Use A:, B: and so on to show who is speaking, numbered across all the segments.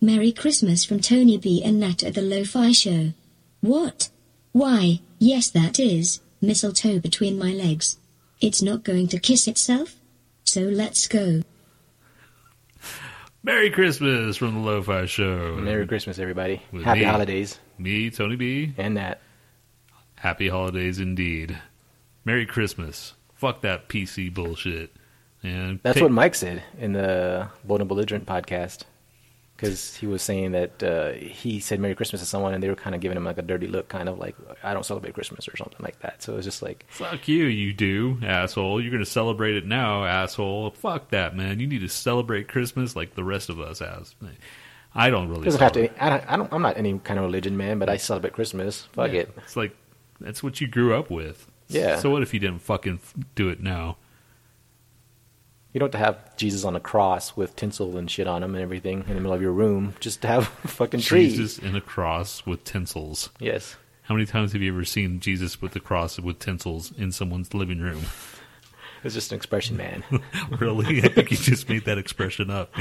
A: Merry Christmas from Tony B and Nat at the Lo-Fi Show. What? Why, yes that is, mistletoe between my legs. It's not going to kiss itself? So let's go.
B: Merry Christmas from the Lo-Fi Show.
C: Merry Christmas, everybody.
B: With
C: Happy
B: me.
C: holidays.
B: Me, Tony B.
C: And that.
B: Happy holidays indeed. Merry Christmas. Fuck that PC bullshit. And
C: That's
B: take-
C: what Mike said in the Bold and Belligerent podcast. Because he was saying that uh, he said Merry Christmas to someone, and they were kind of giving him like a dirty look, kind of like, I don't celebrate Christmas or something like that. So it was just like,
B: Fuck you, you do, asshole. You're going to celebrate it now, asshole. Fuck that, man. You need to celebrate Christmas like the rest of us has. I don't really
C: doesn't have
B: celebrate.
C: to. I don't, I don't, I'm not any kind of religion man, but I celebrate Christmas. Fuck
B: Yeah,
C: it.
B: It's like, that's what you grew up with.
C: Yeah.
B: So what if you didn't fucking f- do it now?
C: You don't have to have Jesus on a cross with tinsel and shit on him and everything in the middle of your room just to have a fucking trees.
B: Jesus in a cross with tinsels.
C: Yes.
B: How many times have you ever seen Jesus with the cross with tinsels in someone's living room?
C: It's just an expression, man.
B: really? I think you just made that expression up.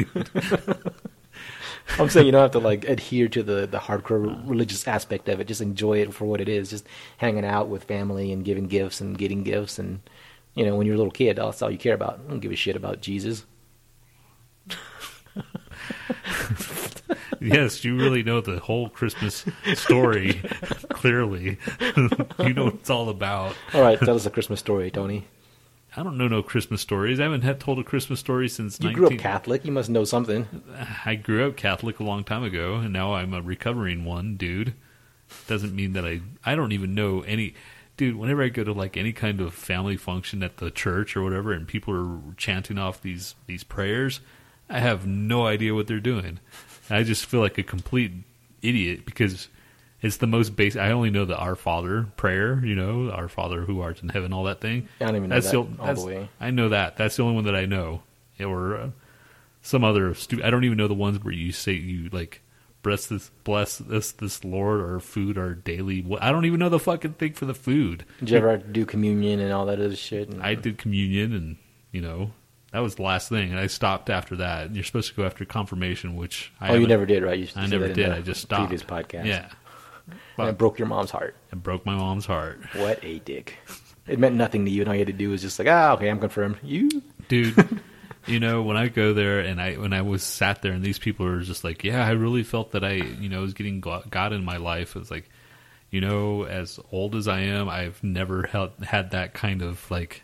C: I'm saying you don't have to like adhere to the, the hardcore re- religious aspect of it. Just enjoy it for what it is. Just hanging out with family and giving gifts and getting gifts and you know when you're a little kid, that's all you care about. I don't give a shit about Jesus.
B: yes, you really know the whole Christmas story clearly. you know what it's all about.
C: All right, tell us a Christmas story, Tony.
B: I don't know no Christmas stories. I haven't had told a Christmas story since
C: You
B: 19-
C: grew up Catholic. You must know something.
B: I grew up Catholic a long time ago, and now I'm a recovering one, dude. Doesn't mean that I I don't even know any, dude. Whenever I go to like any kind of family function at the church or whatever, and people are chanting off these these prayers, I have no idea what they're doing. I just feel like a complete idiot because it's the most basic. I only know the Our Father prayer, you know, Our Father who art in heaven, all that thing.
C: I don't even know that
B: the-
C: all the
B: that's-
C: way.
B: I know that. That's the only one that I know, or uh, some other stupid. I don't even know the ones where you say you like bless this, bless this, this Lord, our food, our daily. wh- I don't even know the fucking thing for the food.
C: Did you ever do communion and all that other shit? And,
B: I did communion, and you know that was the last thing, and I stopped after that. And you're supposed to go after confirmation, which I
C: oh, you
B: haven't-
C: never did, right? You
B: I
C: said
B: never
C: that in
B: did.
C: the
B: I just stopped.
C: Previous podcast.
B: Yeah,
C: And it broke your mom's heart.
B: and broke my mom's heart.
C: What a dick. It meant nothing to you, and all you had to do was just like, ah, okay, I'm confirmed. You
B: dude you know when i go there and i when i was sat there and these people are just like yeah i really felt that i you know was getting go- god in my life it's like you know as old as i am i've never held, had that kind of like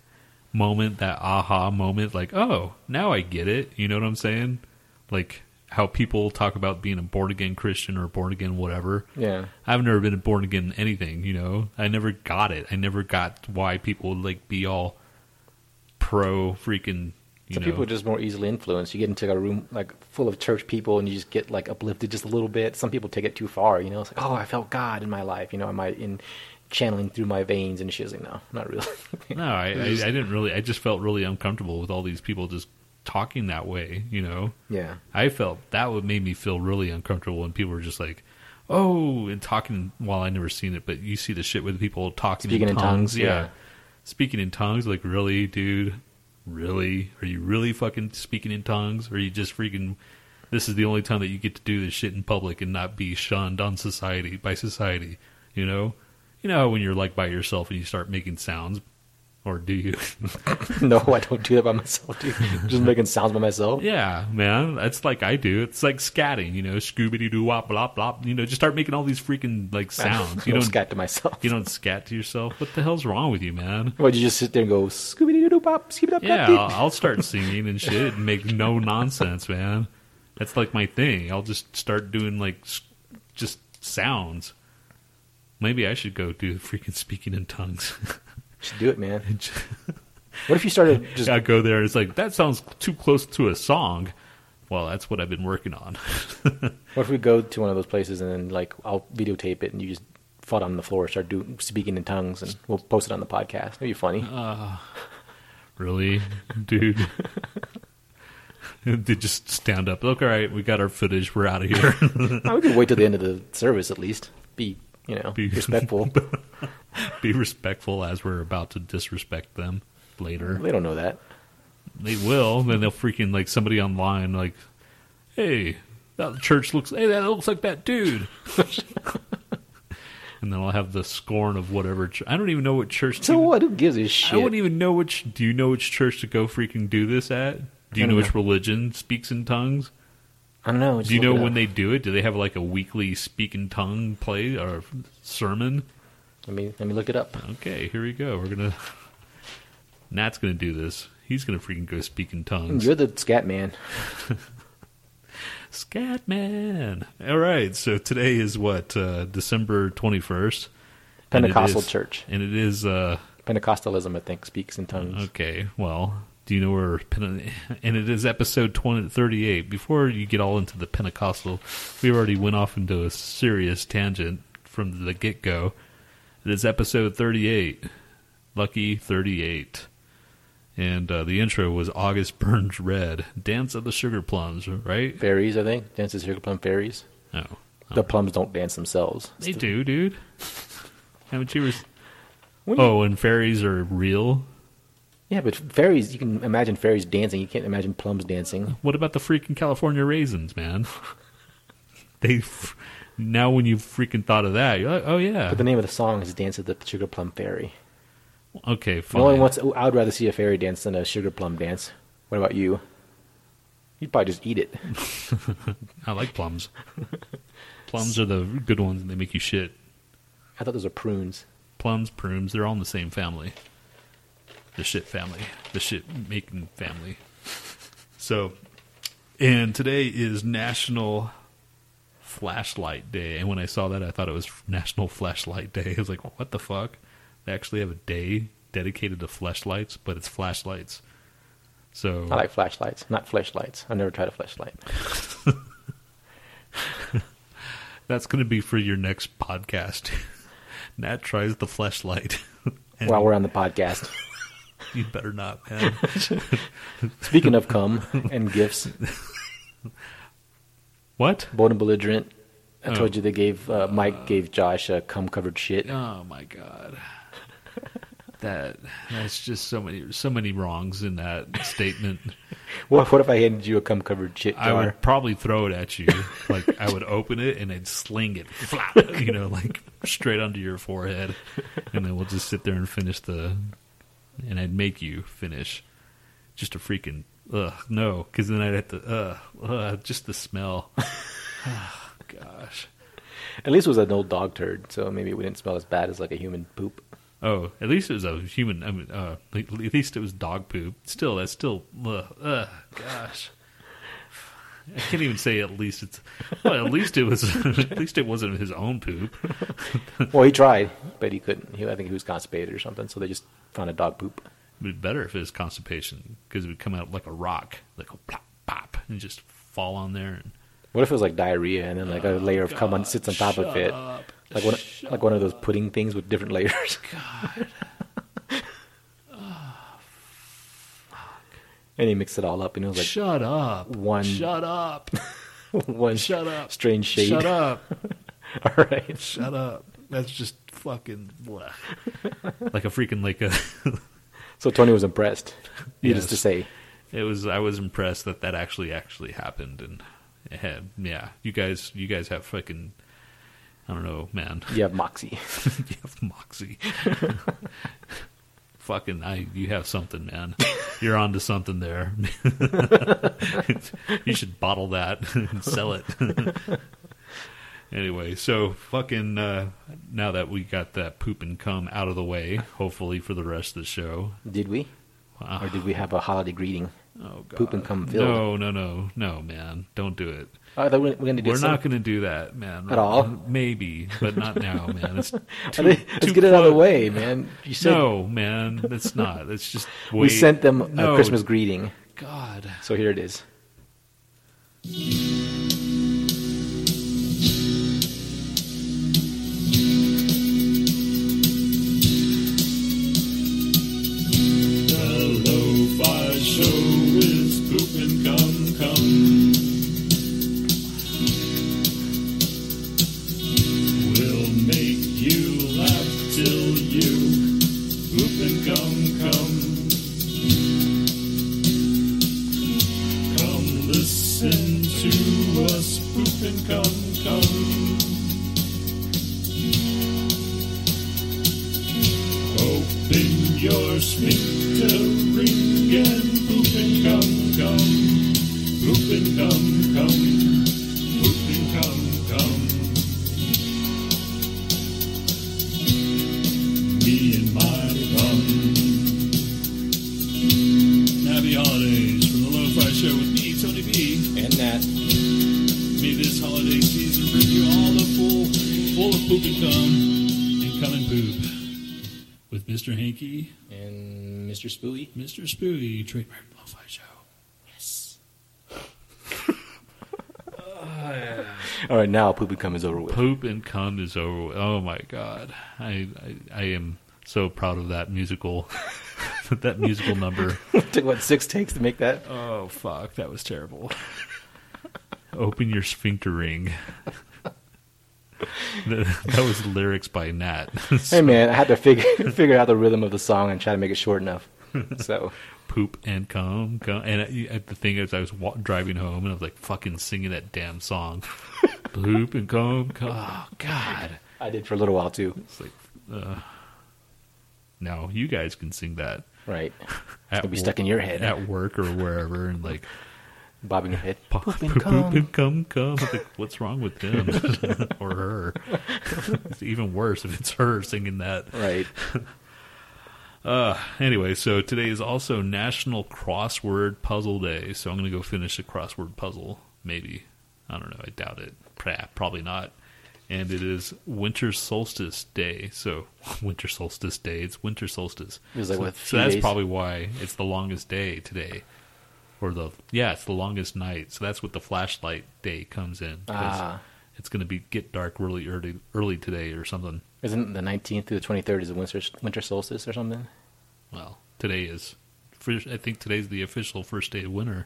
B: moment that aha moment like oh now i get it you know what i'm saying like how people talk about being a born again christian or born again whatever
C: Yeah.
B: I've never been born again anything, you know. I never got it. I never got why people would like be all pro freaking you
C: Some
B: know
C: people are just more easily influenced. You get into a room like full of church people, and you just get like uplifted just a little bit. Some people take it too far, you know. It's like, oh, I felt God in my life, you know. Am I in channeling through my veins and shit? It's Like, no, not really.
B: No, I, I, I didn't really I just felt really uncomfortable with all these people just talking that way, you know.
C: yeah,
B: I felt that would made me feel really uncomfortable when people were just like Oh, and talking. Well, I never seen it, but you see the shit with people talking
C: Speaking in tongues,
B: yeah.
C: yeah.
B: speaking in tongues. Like, really, dude? Really? Are you really fucking speaking in tongues? Or are you just freaking? This is the only time that you get to do this shit in public and not be shunned on society by society. You know, you know how when you're like by yourself and you start making sounds, or do you?
C: no, I don't do that by myself. Dude. I'm just making sounds by myself.
B: Yeah, man. That's like I do. It's like scatting, you know, scooby doo wop blop blop. You know, just start making all these freaking like sounds. You
C: You don't
B: don't
C: scat to myself.
B: you don't scat to yourself. What the hell's wrong with you, man?
C: What you just sit there and go scooby doo doo pop, skip up,
B: Yeah, I'll, I'll start singing and shit and make no nonsense, man. That's like my thing. I'll just start doing like s- just sounds. Maybe I should go do freaking speaking in tongues.
C: Just do it, man. What if you started just
B: I go there and it's like that sounds too close to a song. Well, that's what I've been working on.
C: What if we go to one of those places and then like I'll videotape it and you just fall down on the floor, start do, speaking in tongues, and we'll post it on the podcast. It'd be funny.
B: Really, dude? they just stand up. Look, all right, we got our footage. We're out of here.
C: we could wait till the end of the service at least. Be you know
B: Be-
C: respectful.
B: Be respectful as we're about to disrespect them later.
C: they don't know that.
B: They will. Then they'll freaking like somebody online like, hey, That church looks. Hey, that looks like that dude. and then I'll have the scorn of whatever. Ch- I don't even know what church.
C: So
B: to-
C: what? Who gives a
B: I
C: shit?
B: wouldn't even know which. Do you know which church to go freaking do this at? Do you
C: I
B: know
C: don't
B: which religion speaks in tongues?
C: I don't know.
B: Do you know when they do it? Do they have like a weekly speak in tongue play or sermon?
C: Let me let me look it up.
B: Okay, here we go. We're gonna. Nat's gonna do this. He's gonna freaking go speak in tongues.
C: You're the scat man.
B: Scat man. All right. So today is what uh, December twenty first.
C: Pentecostal church.
B: and it is. Uh,
C: Pentecostalism, I think, speaks in tongues.
B: Okay, well, do you know where? Pente- And it is episode 20, 38. Before you get all into the Pentecostal, we already went off into a serious tangent from the get go. It is episode 38, Lucky 38. And uh, the intro was August Burns Red, Dance of the Sugar Plums, right?
C: Fairies, I think. Dances sugar plum fairies.
B: Oh,
C: The plums don't dance themselves.
B: they do, dude. Haven't you? Res-
C: What do you-
B: oh, and fairies are real.
C: Yeah, but fairies, you can imagine fairies dancing. You can't imagine plums dancing.
B: What about the freaking California raisins, man? they f- now when you freaking thought of that, you're like, oh yeah,
C: But the name of the song is Dance of the Sugar Plum Fairy.
B: okay,
C: No one
B: fine.
C: wants, oh, I would rather see a fairy dance than a sugar plum dance. What about you? You'd probably just eat it.
B: I like plums. plums are the good ones, and they make you shit.
C: I thought those were prunes.
B: Plums, prunes, they're all in the same family. The shit family, the shit making family. So, and today is National Flashlight Day, and when I saw that, I thought it was National Flashlight Day. I was like, what the fuck? They actually have a day dedicated to flashlights, but it's flashlights. So
C: I like flashlights, not fleshlights. I never tried a fleshlight.
B: that's going to be for your next podcast. Nat tries the flashlight. and
C: While we're on the podcast,
B: you better not, man.
C: speaking of cum and gifts,
B: what?
C: bold and belligerent. I
B: Oh.
C: told you they gave uh, Mike gave Josh a cum covered shit.
B: Oh my god. That that's just so many so many wrongs in that statement.
C: What, what if I handed you a cum covered shit
B: I
C: jar?
B: would probably throw it at you. Like I would open it and I'd sling it, flap, you know, like straight onto your forehead, and then we'll just sit there and finish the, and I'd make you finish, just a freaking ugh no, because then I'd have to ugh, ugh just the smell. Ah, gosh.
C: At least it was an old dog turd, so maybe it wouldn't smell as bad as like a human poop.
B: Oh, at least it was a human. I mean, uh, at least it was dog poop. Still, that's still. Ugh, ugh, gosh, I can't even say. At least it's. Well, at least it was. at least it wasn't his own poop.
C: Well, he tried, but he couldn't. He, I think he was constipated or something, so they just found a dog poop.
B: It'd be better if it was constipation because it would come out like a rock, like a plop, pop, and just fall on there. And,
C: What if it was like diarrhea and then like a layer of cum on, sits on top of it,
B: Oh, up.
C: like one like one of those pudding things with different layers? and he mixed it all up, and it was like
B: shut up!
C: one-
B: Shut up!
C: one
B: Shut up!
C: strange shade.
B: Shut up!
C: all right,
B: Shut up! That's just fucking. blech. like a freaking like a.
C: so Tony was impressed. Needless
B: Yes.
C: to say,
B: it was i was impressed that that actually actually happened and it had, yeah you guys you guys have fucking i don't know man
C: you have moxie.
B: you have moxie fucking i you have something man you're onto something there you should bottle that and sell it anyway so fucking uh now that we got that poop and cum out of the way hopefully for the rest of the show
C: Did we,
B: Ah.
C: or did we have a holiday greeting?
B: Oh god.
C: Poop and cum filled.
B: No, no, no, no, man. Don't do it.
C: Oh, we're, we're going to do
B: We're
C: some-
B: not going to do that, man.
C: At all?
B: Maybe, but not now, man. It's too,
C: Let's
B: too
C: get it out of the
B: close.
C: way, man. You said
B: no, man. That's not. That's just. Wait.
C: we sent them a
B: No,
C: Christmas greeting,
B: God.
C: so here it is.
D: The Lo-Fi Show is poop and cum cum. We'll make you laugh till you poop and cum cum. Come listen to your sminkering and poop and come, come, poop and come, come, poop and come, come. Me and my bum. Happy holidays from the Lo-Fi Show with me, Tony B.
E: And that.
D: May this holiday season bring you all the full, full of poop and cum, and cum and poop. With Mr. Hanky,
E: And Mr. Spooey.
D: Mr. Spooey, trademark Lo-Fi Show.
C: All right, now poop and cum is over with.
B: Poop and cum is over. With. Oh my god, I, I I am so proud of that musical, that musical number.
C: Took what six takes to make that?
B: Oh fuck, that was terrible. Open your sphincter ring. that, that was lyrics by Nat.
C: Hey man, I had to figure figure out the rhythm of the song and try to make it short enough. So
B: Poop and cum, cum. And I, I, the thing is, I was wa- driving home and I was like fucking singing that damn song. Poop and cum, cum. Oh god.
C: I did for a little while too.
B: It's like, uh, no, you guys can sing that.
C: Right,
B: At
C: It'll be stuck in your head.
B: at work or wherever, and like
C: bobbing your head.
B: pop,
C: Poop
B: poop
C: and
B: and come,
C: cum.
B: come. It's Like, what's wrong with them or her? it's even worse if it's her singing that.
C: Right.
B: Anyway, so today is also National Crossword Puzzle Day, so I'm going to go finish a crossword puzzle. Maybe. I don't know. I doubt it. Pra- Probably not. And it is Winter Solstice Day, so Winter Solstice Day. It's Winter Solstice.
C: It was like,
B: so,
C: what,
B: so
C: few
B: that's
C: days?
B: probably why it's the longest day today, or the yeah, it's the longest night. So that's what the flashlight day comes in. 'cause
C: Ah.
B: It's going to be get dark really early early today or something.
C: Isn't the 19th through the 23rd is the winter winter solstice or something?
B: Well, today is. fir- I think today's the official first day of winter.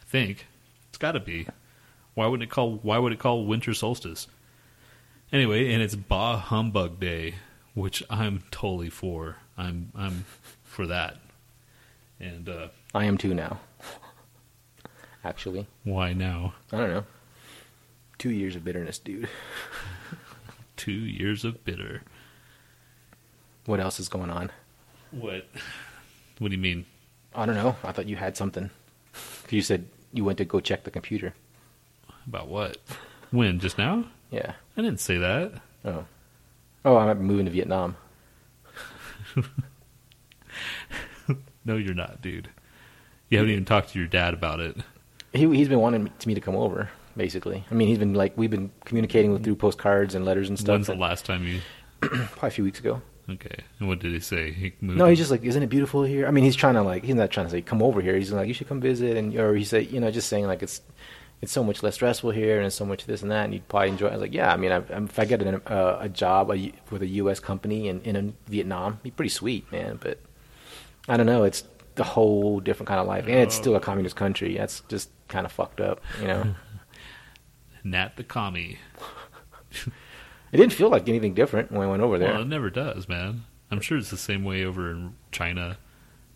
B: I think it's got to be. Why wouldn't it call? Why would it call winter solstice? Anyway, and it's Bah Humbug Day, which I'm totally for. I'm I'm for that. And uh,
C: I am too now. Actually,
B: why now?
C: I don't know. Two years of bitterness, dude.
B: Two years of bitter.
C: What else is going on?
B: What? What do you mean?
C: I don't know. I thought you had something. 'Cause You said you went to go check the computer.
B: About what? When? Just now?
C: Yeah.
B: I didn't say that.
C: Oh. Oh, I'm moving to Vietnam.
B: No, you're not, dude. You haven't even talked to your dad about it.
C: He he's been wanting me- to me to come over. Basically, I mean, he's been like we've been communicating with through postcards and letters and stuff.
B: When's the
C: and-
B: last time you
C: Probably a few weeks ago.
B: Okay. And what did he say? He moved
C: No, he's just like, isn't it beautiful here? I mean, he's trying to like, he's not trying to say come over here. He's like, you should come visit, and or he said, you know, just saying like it's, it's so much less stressful here, and it's so much this and that, and you'd probably enjoy. it. I was like, yeah, I mean, I, I'm- if I get an, uh, a job a U- with a U.S. company in in Vietnam, it'd be pretty sweet, man. But I don't know, it's a whole different kind of life, and it's still a communist country. That's just kind of fucked up, you know.
B: Nat the commie.
C: it didn't feel like anything different when I went over there.
B: Well, it never does, man. I'm sure it's the same way over in China.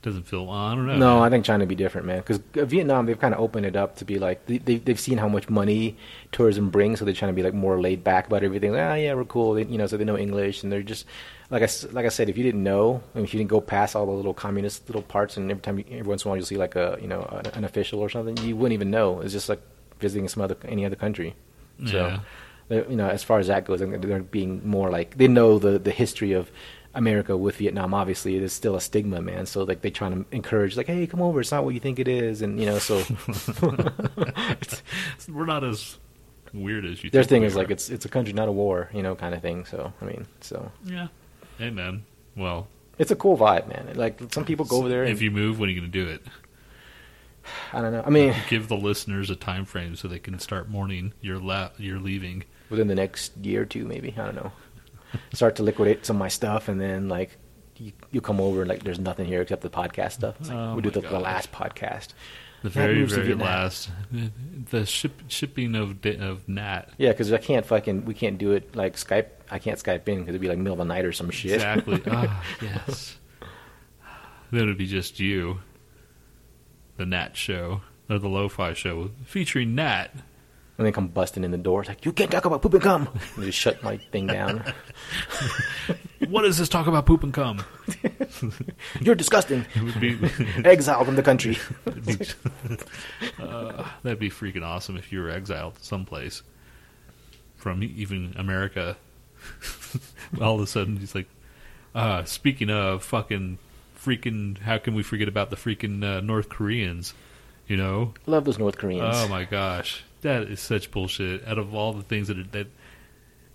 B: Doesn't feel. I don't know.
C: No,
B: man.
C: I think China would be different, man. Because Vietnam, they've kind of opened it up to be like they, they, they've seen how much money tourism brings, so they're trying to be like more laid back about everything. Like, ah, yeah, we're cool, they, you know. So they know English, and they're just like I s- like I said, if you didn't know, and if you didn't go past all the little communist little parts, and every time, you, every once in a while, you'll see like a you know an, an official or something, you wouldn't even know. It's just like visiting some other any other country. So
B: Yeah.
C: they're- you know, as far as that goes, I think they're being more like they know the the history of America with Vietnam. Obviously, there's still a stigma, man. So like they're trying to encourage, like, hey, come over. It's not what you think it is, and you know. So
B: We're not as weird as you.
C: their
B: think
C: thing
B: we
C: is
B: are.
C: like it's it's a country, not a war, you know, kind of thing. So I mean, so
B: Yeah. Hey, man. Well,
C: it's a cool vibe, man. Like some people go over there. And,
B: if you move, when are you going to do it?
C: I don't know. I mean,
B: Give the listeners a time frame so they can start mourning your la- your leaving.
C: within the next year or two, maybe I don't know. Start to liquidate some of my stuff, and then like. You, you come over and like there's nothing here except the podcast stuff. It's like,
B: Oh
C: we
B: my
C: did the, the
B: gosh.
C: last podcast.
B: The
C: That
B: very
C: moves to
B: very
C: Vietnam.
B: last, the ship- shipping of da- of Nat.
C: Yeah, because I can't fucking we can't do it like Skype. I can't Skype in because it'd be like middle of the night or some shit.
B: Exactly. ah, yes. Then it'd be just you, the Nat Show, or the Lo Fi Show, featuring Nat
C: And they come busting in the door. It's like, you can't talk about poop and cum. And they just shut my thing down.
B: What is this talk about poop and cum?
C: You're disgusting.
B: It would be,
C: Exiled from the country.
B: it'd be- uh, that'd be freaking awesome if you were exiled someplace from even America. All of a sudden, he's like, uh, speaking of fucking freaking, how can we forget about the freaking uh, North Koreans? You know,
C: Love those North Koreans.
B: Oh my gosh, that is such bullshit. Out of all the things that that,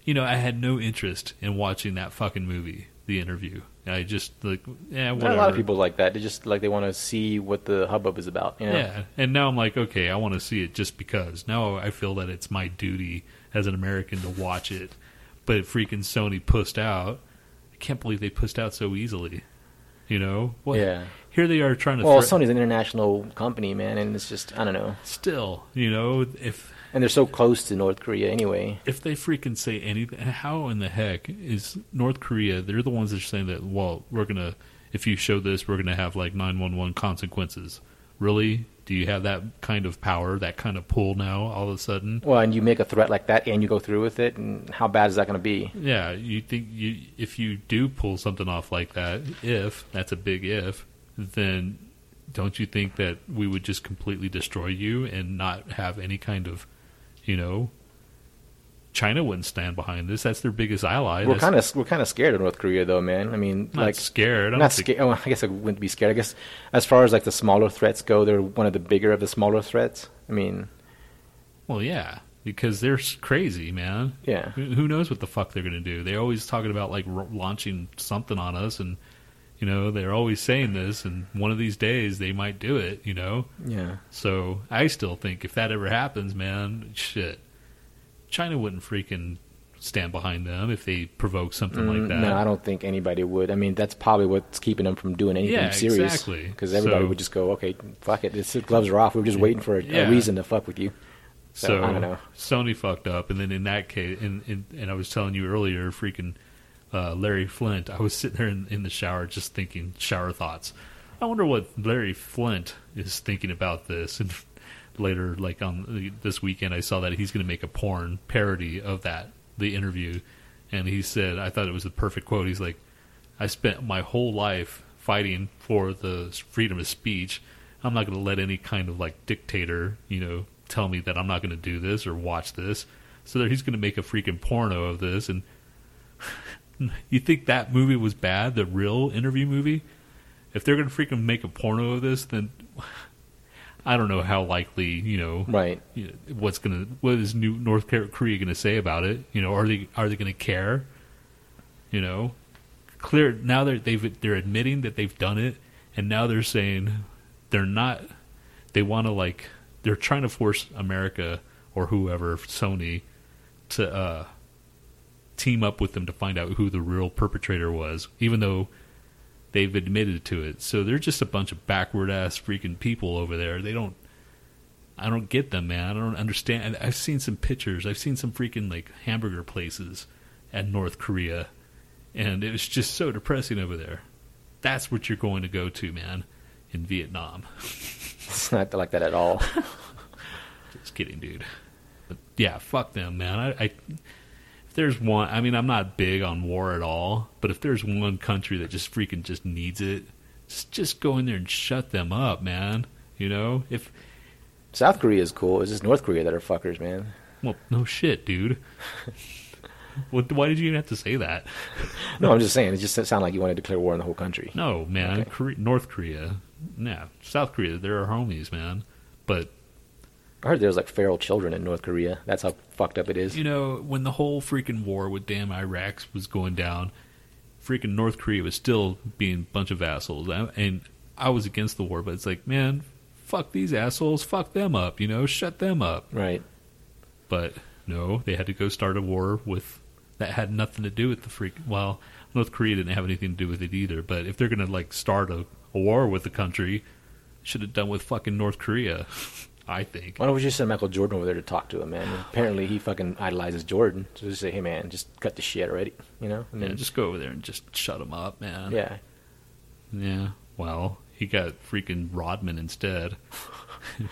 B: you know, I had no interest in watching that fucking movie, The Interview. I just like, yeah,
C: Not
B: whatever.
C: a lot of people like that. They just like they want to see what the hubbub is about. You know?
B: Yeah, and now I'm like, okay, I want to see it just because. Now I feel that it's my duty as an American to watch it, but freaking Sony pussed out. I can't believe they pussed out so easily. You know what?
C: Yeah.
B: Here they are trying to.
C: Well,
B: thre-
C: Sony's an international company, man, and it's just I don't know.
B: still, you know, if
C: And they're so close to North Korea anyway.
B: if they freaking say anything, how in the heck is North Korea? They're the ones that are saying that. Well, we're gonna if you show this, we're gonna have like nine one one consequences. Really? Do you have that kind of power, that kind of pull now? All of a sudden,
C: Well, and you make a threat like that, and you go through with it, and how bad is that going to be?
B: yeah. You think you if you do pull something off like that, if that's a big if, then don't you think that we would just completely destroy you and not have any kind of, you know? China wouldn't stand behind this. That's their biggest ally.
C: we're
B: That's-
C: kind of we're kind of scared of North Korea, though, man. I mean,
B: not
C: like
B: scared. I
C: not
B: don't think-
C: scared. Oh, I guess I wouldn't be scared. I guess as far as like the smaller threats go, they're one of the bigger of the smaller threats. I mean,
B: Well, yeah, because they're s- crazy, man.
C: yeah,
B: Who who knows what the fuck they're gonna do? They're always talking about like r- launching something on us, and you know they're always saying this. And one of these days they might do it. You know,
C: yeah.
B: so I still think if that ever happens, man, shit, China wouldn't freaking stand behind them if they provoke something like
C: Mm,
B: that.
C: No, I don't think anybody would. I mean, that's probably what's keeping them from doing anything
B: Yeah,
C: serious.
B: exactly.
C: Because everybody
B: So-
C: would just go, okay, fuck it. It's, gloves are off. We were just waiting for a,
B: Yeah.
C: a reason to fuck with you.
B: So,
C: So, I don't know.
B: Sony fucked up, and then in that case, and and, and I was telling you earlier, freaking uh, Larry Flint. I was sitting there in, in the shower, just thinking shower thoughts. I wonder what Larry Flint is thinking about this. And later, like on the- this weekend, I saw that he's going to make a porn parody of that the interview, and he said, I thought it was the perfect quote. He's like, I spent my whole life fighting for the freedom of speech. I'm not going to let any kind of like dictator, you know, tell me that I'm not going to do this or watch this. So there, he's going to make a freaking porno of this. And you think that movie was bad, the real interview movie? If they're going to freaking make a porno of this, then I don't know how likely, you know,
C: Right.
B: you know, what's gonna what is New North Kor- Korea gonna say about it? You know, are they are they gonna care? You know, clear now they're they've they're admitting that they've done it, and now they're saying they're not. They want to like they're trying to force America or whoever Sony to uh, team up with them to find out who the real perpetrator was, even though. They've admitted to it, so they're just a bunch of backward ass freaking people over there. They don't I don't get them, man. I don't understand. I've seen some pictures. I've seen some freaking like hamburger places at North Korea, and it was just so depressing over there. That's what you're going to go to, man, in Vietnam.
C: It's not like that at all.
B: Just kidding, dude. But yeah, fuck them, man. I, I if there's one, I mean, I'm not big on war at all, but if there's one country that just freaking just needs it, just just go in there and shut them up, man. You know, if
C: South Korea is cool. It's just North Korea that are fuckers, man.
B: Well, no shit, dude. what, why did you even have to say that?
C: No, I'm just saying. It just sounds like you want to declare war on the whole country.
B: No, man.
C: Okay.
B: Kore- North Korea. Nah. South Korea, they're our homies, man. But,
C: I heard there's like feral children in North Korea. That's how fucked up it is.
B: you know, when the whole freaking war with damn Iraq was going down, freaking North Korea was still being a bunch of assholes. I, and I was against the war, but it's like, man, fuck these assholes. Fuck them up, you know? Shut them up.
C: Right.
B: But no, they had to go start a war with that had nothing to do with the freak. Well, North Korea didn't have anything to do with it either. But if they're gonna like start a, a war with the country, should have done with fucking North Korea. I think.
C: Why don't we just send Michael Jordan over there to talk to him, man? Apparently, he fucking idolizes Jordan. So just say, hey, man, just cut the shit already, you know? And
B: Yeah,
C: then,
B: just go over there and just shut them up, man.
C: yeah.
B: Yeah. Well, he got freaking Rodman instead.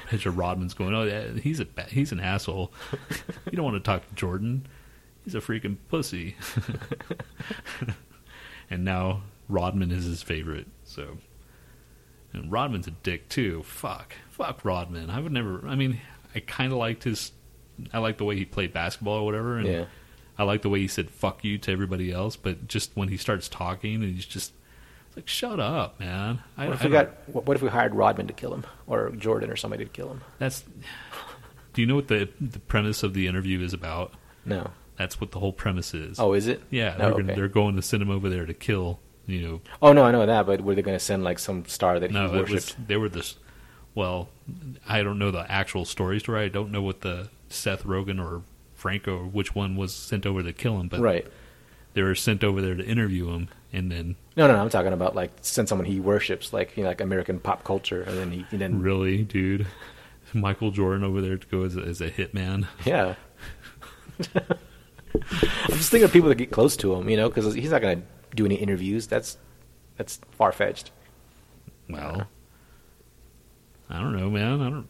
B: Picture Rodman's going, oh, yeah, he's a ba- he's an asshole. you don't want to talk to Jordan. He's a freaking pussy. and now Rodman is his favorite. So, and Rodman's a dick too. Fuck, fuck Rodman. I would never. I mean, I kind of liked his. I liked the way he played basketball or whatever. And
C: Yeah.
B: I like the way he said "fuck you" to everybody else, but just when he starts talking, and he's just it's like, "Shut up, man!" I,
C: What if
B: I
C: we
B: don't-
C: got? What what if we hired Rodman to kill him, or Jordan, or somebody to kill him?
B: that's. Do you know what the the premise of the interview is about?
C: No.
B: That's what the whole premise is.
C: Oh, is it?
B: yeah,
C: Oh,
B: they're, gonna,
C: okay.
B: they're going to send him over there to kill. You know,
C: oh no, I know that. But were they going to send like some star that
B: no,
C: he
B: it
C: worshipped?
B: was they were this. Well, I don't know the actual story story. I don't know what the Seth Rogen or Franco, which one was sent over to kill him, but
C: right.
B: they were sent over there to interview him, and then
C: No, no, no, I'm talking about like send someone he worships, like you know, like American pop culture, and then he, and then
B: Really, dude? Michael Jordan over there to go as a, as a hitman.
C: yeah. I'm just thinking of people that get close to him, you know, because he's not going to do any interviews. That's that's far fetched.
B: Well, I don't know, man. I don't.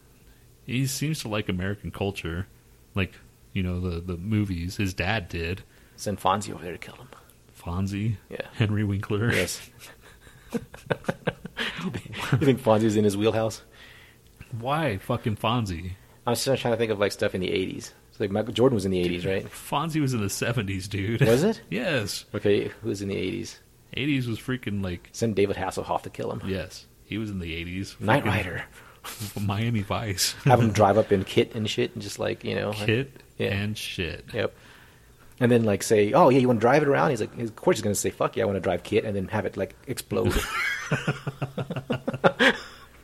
B: He seems to like American culture, like you know the the movies. His dad did.
C: Send Fonzie over there to kill him.
B: Fonzie,
C: Yeah.
B: Henry Winkler.
C: Yes. you think Fonzie's in his wheelhouse?
B: Why fucking Fonzie?
C: I was just trying to think of like stuff in the '80s. It's like Michael Jordan was in the '80s, right?
B: Fonzie was in the seventies, dude.
C: Was it?
B: yes.
C: Okay, who was in the '80s?
B: Eighties was freaking like
C: Send David Hasselhoff to kill him.
B: yes. He was in the eighties.
C: Night Rider.
B: Miami Vice.
C: Have him drive up in kit and shit, and just like you know, like-
B: Kit
C: Yeah.
B: and shit.
C: Yep. And then like say, oh yeah, you want to drive it around? He's like, of course he's gonna say, fuck yeah, I want to drive Kit, and then have it like explode.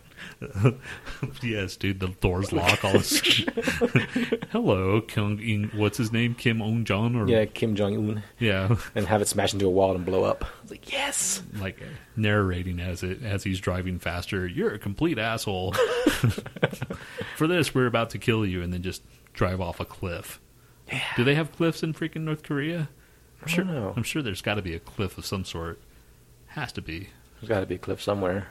B: Yes, dude, the doors lock. All this. Hello, Kim. In, what's his name? Kim Ong Jong or
C: yeah, Kim Jong Un,
B: yeah,
C: and have it smash into a wall and blow up. It's like yes,
B: like narrating as it as he's driving faster. You're a complete asshole. For this, we're about to kill you, and then just drive off a cliff. Do they have cliffs in freaking North Korea? I'm sure.
C: know.
B: I'm sure there's got to be a cliff of some sort. Has to be.
C: there's got to be a cliff somewhere.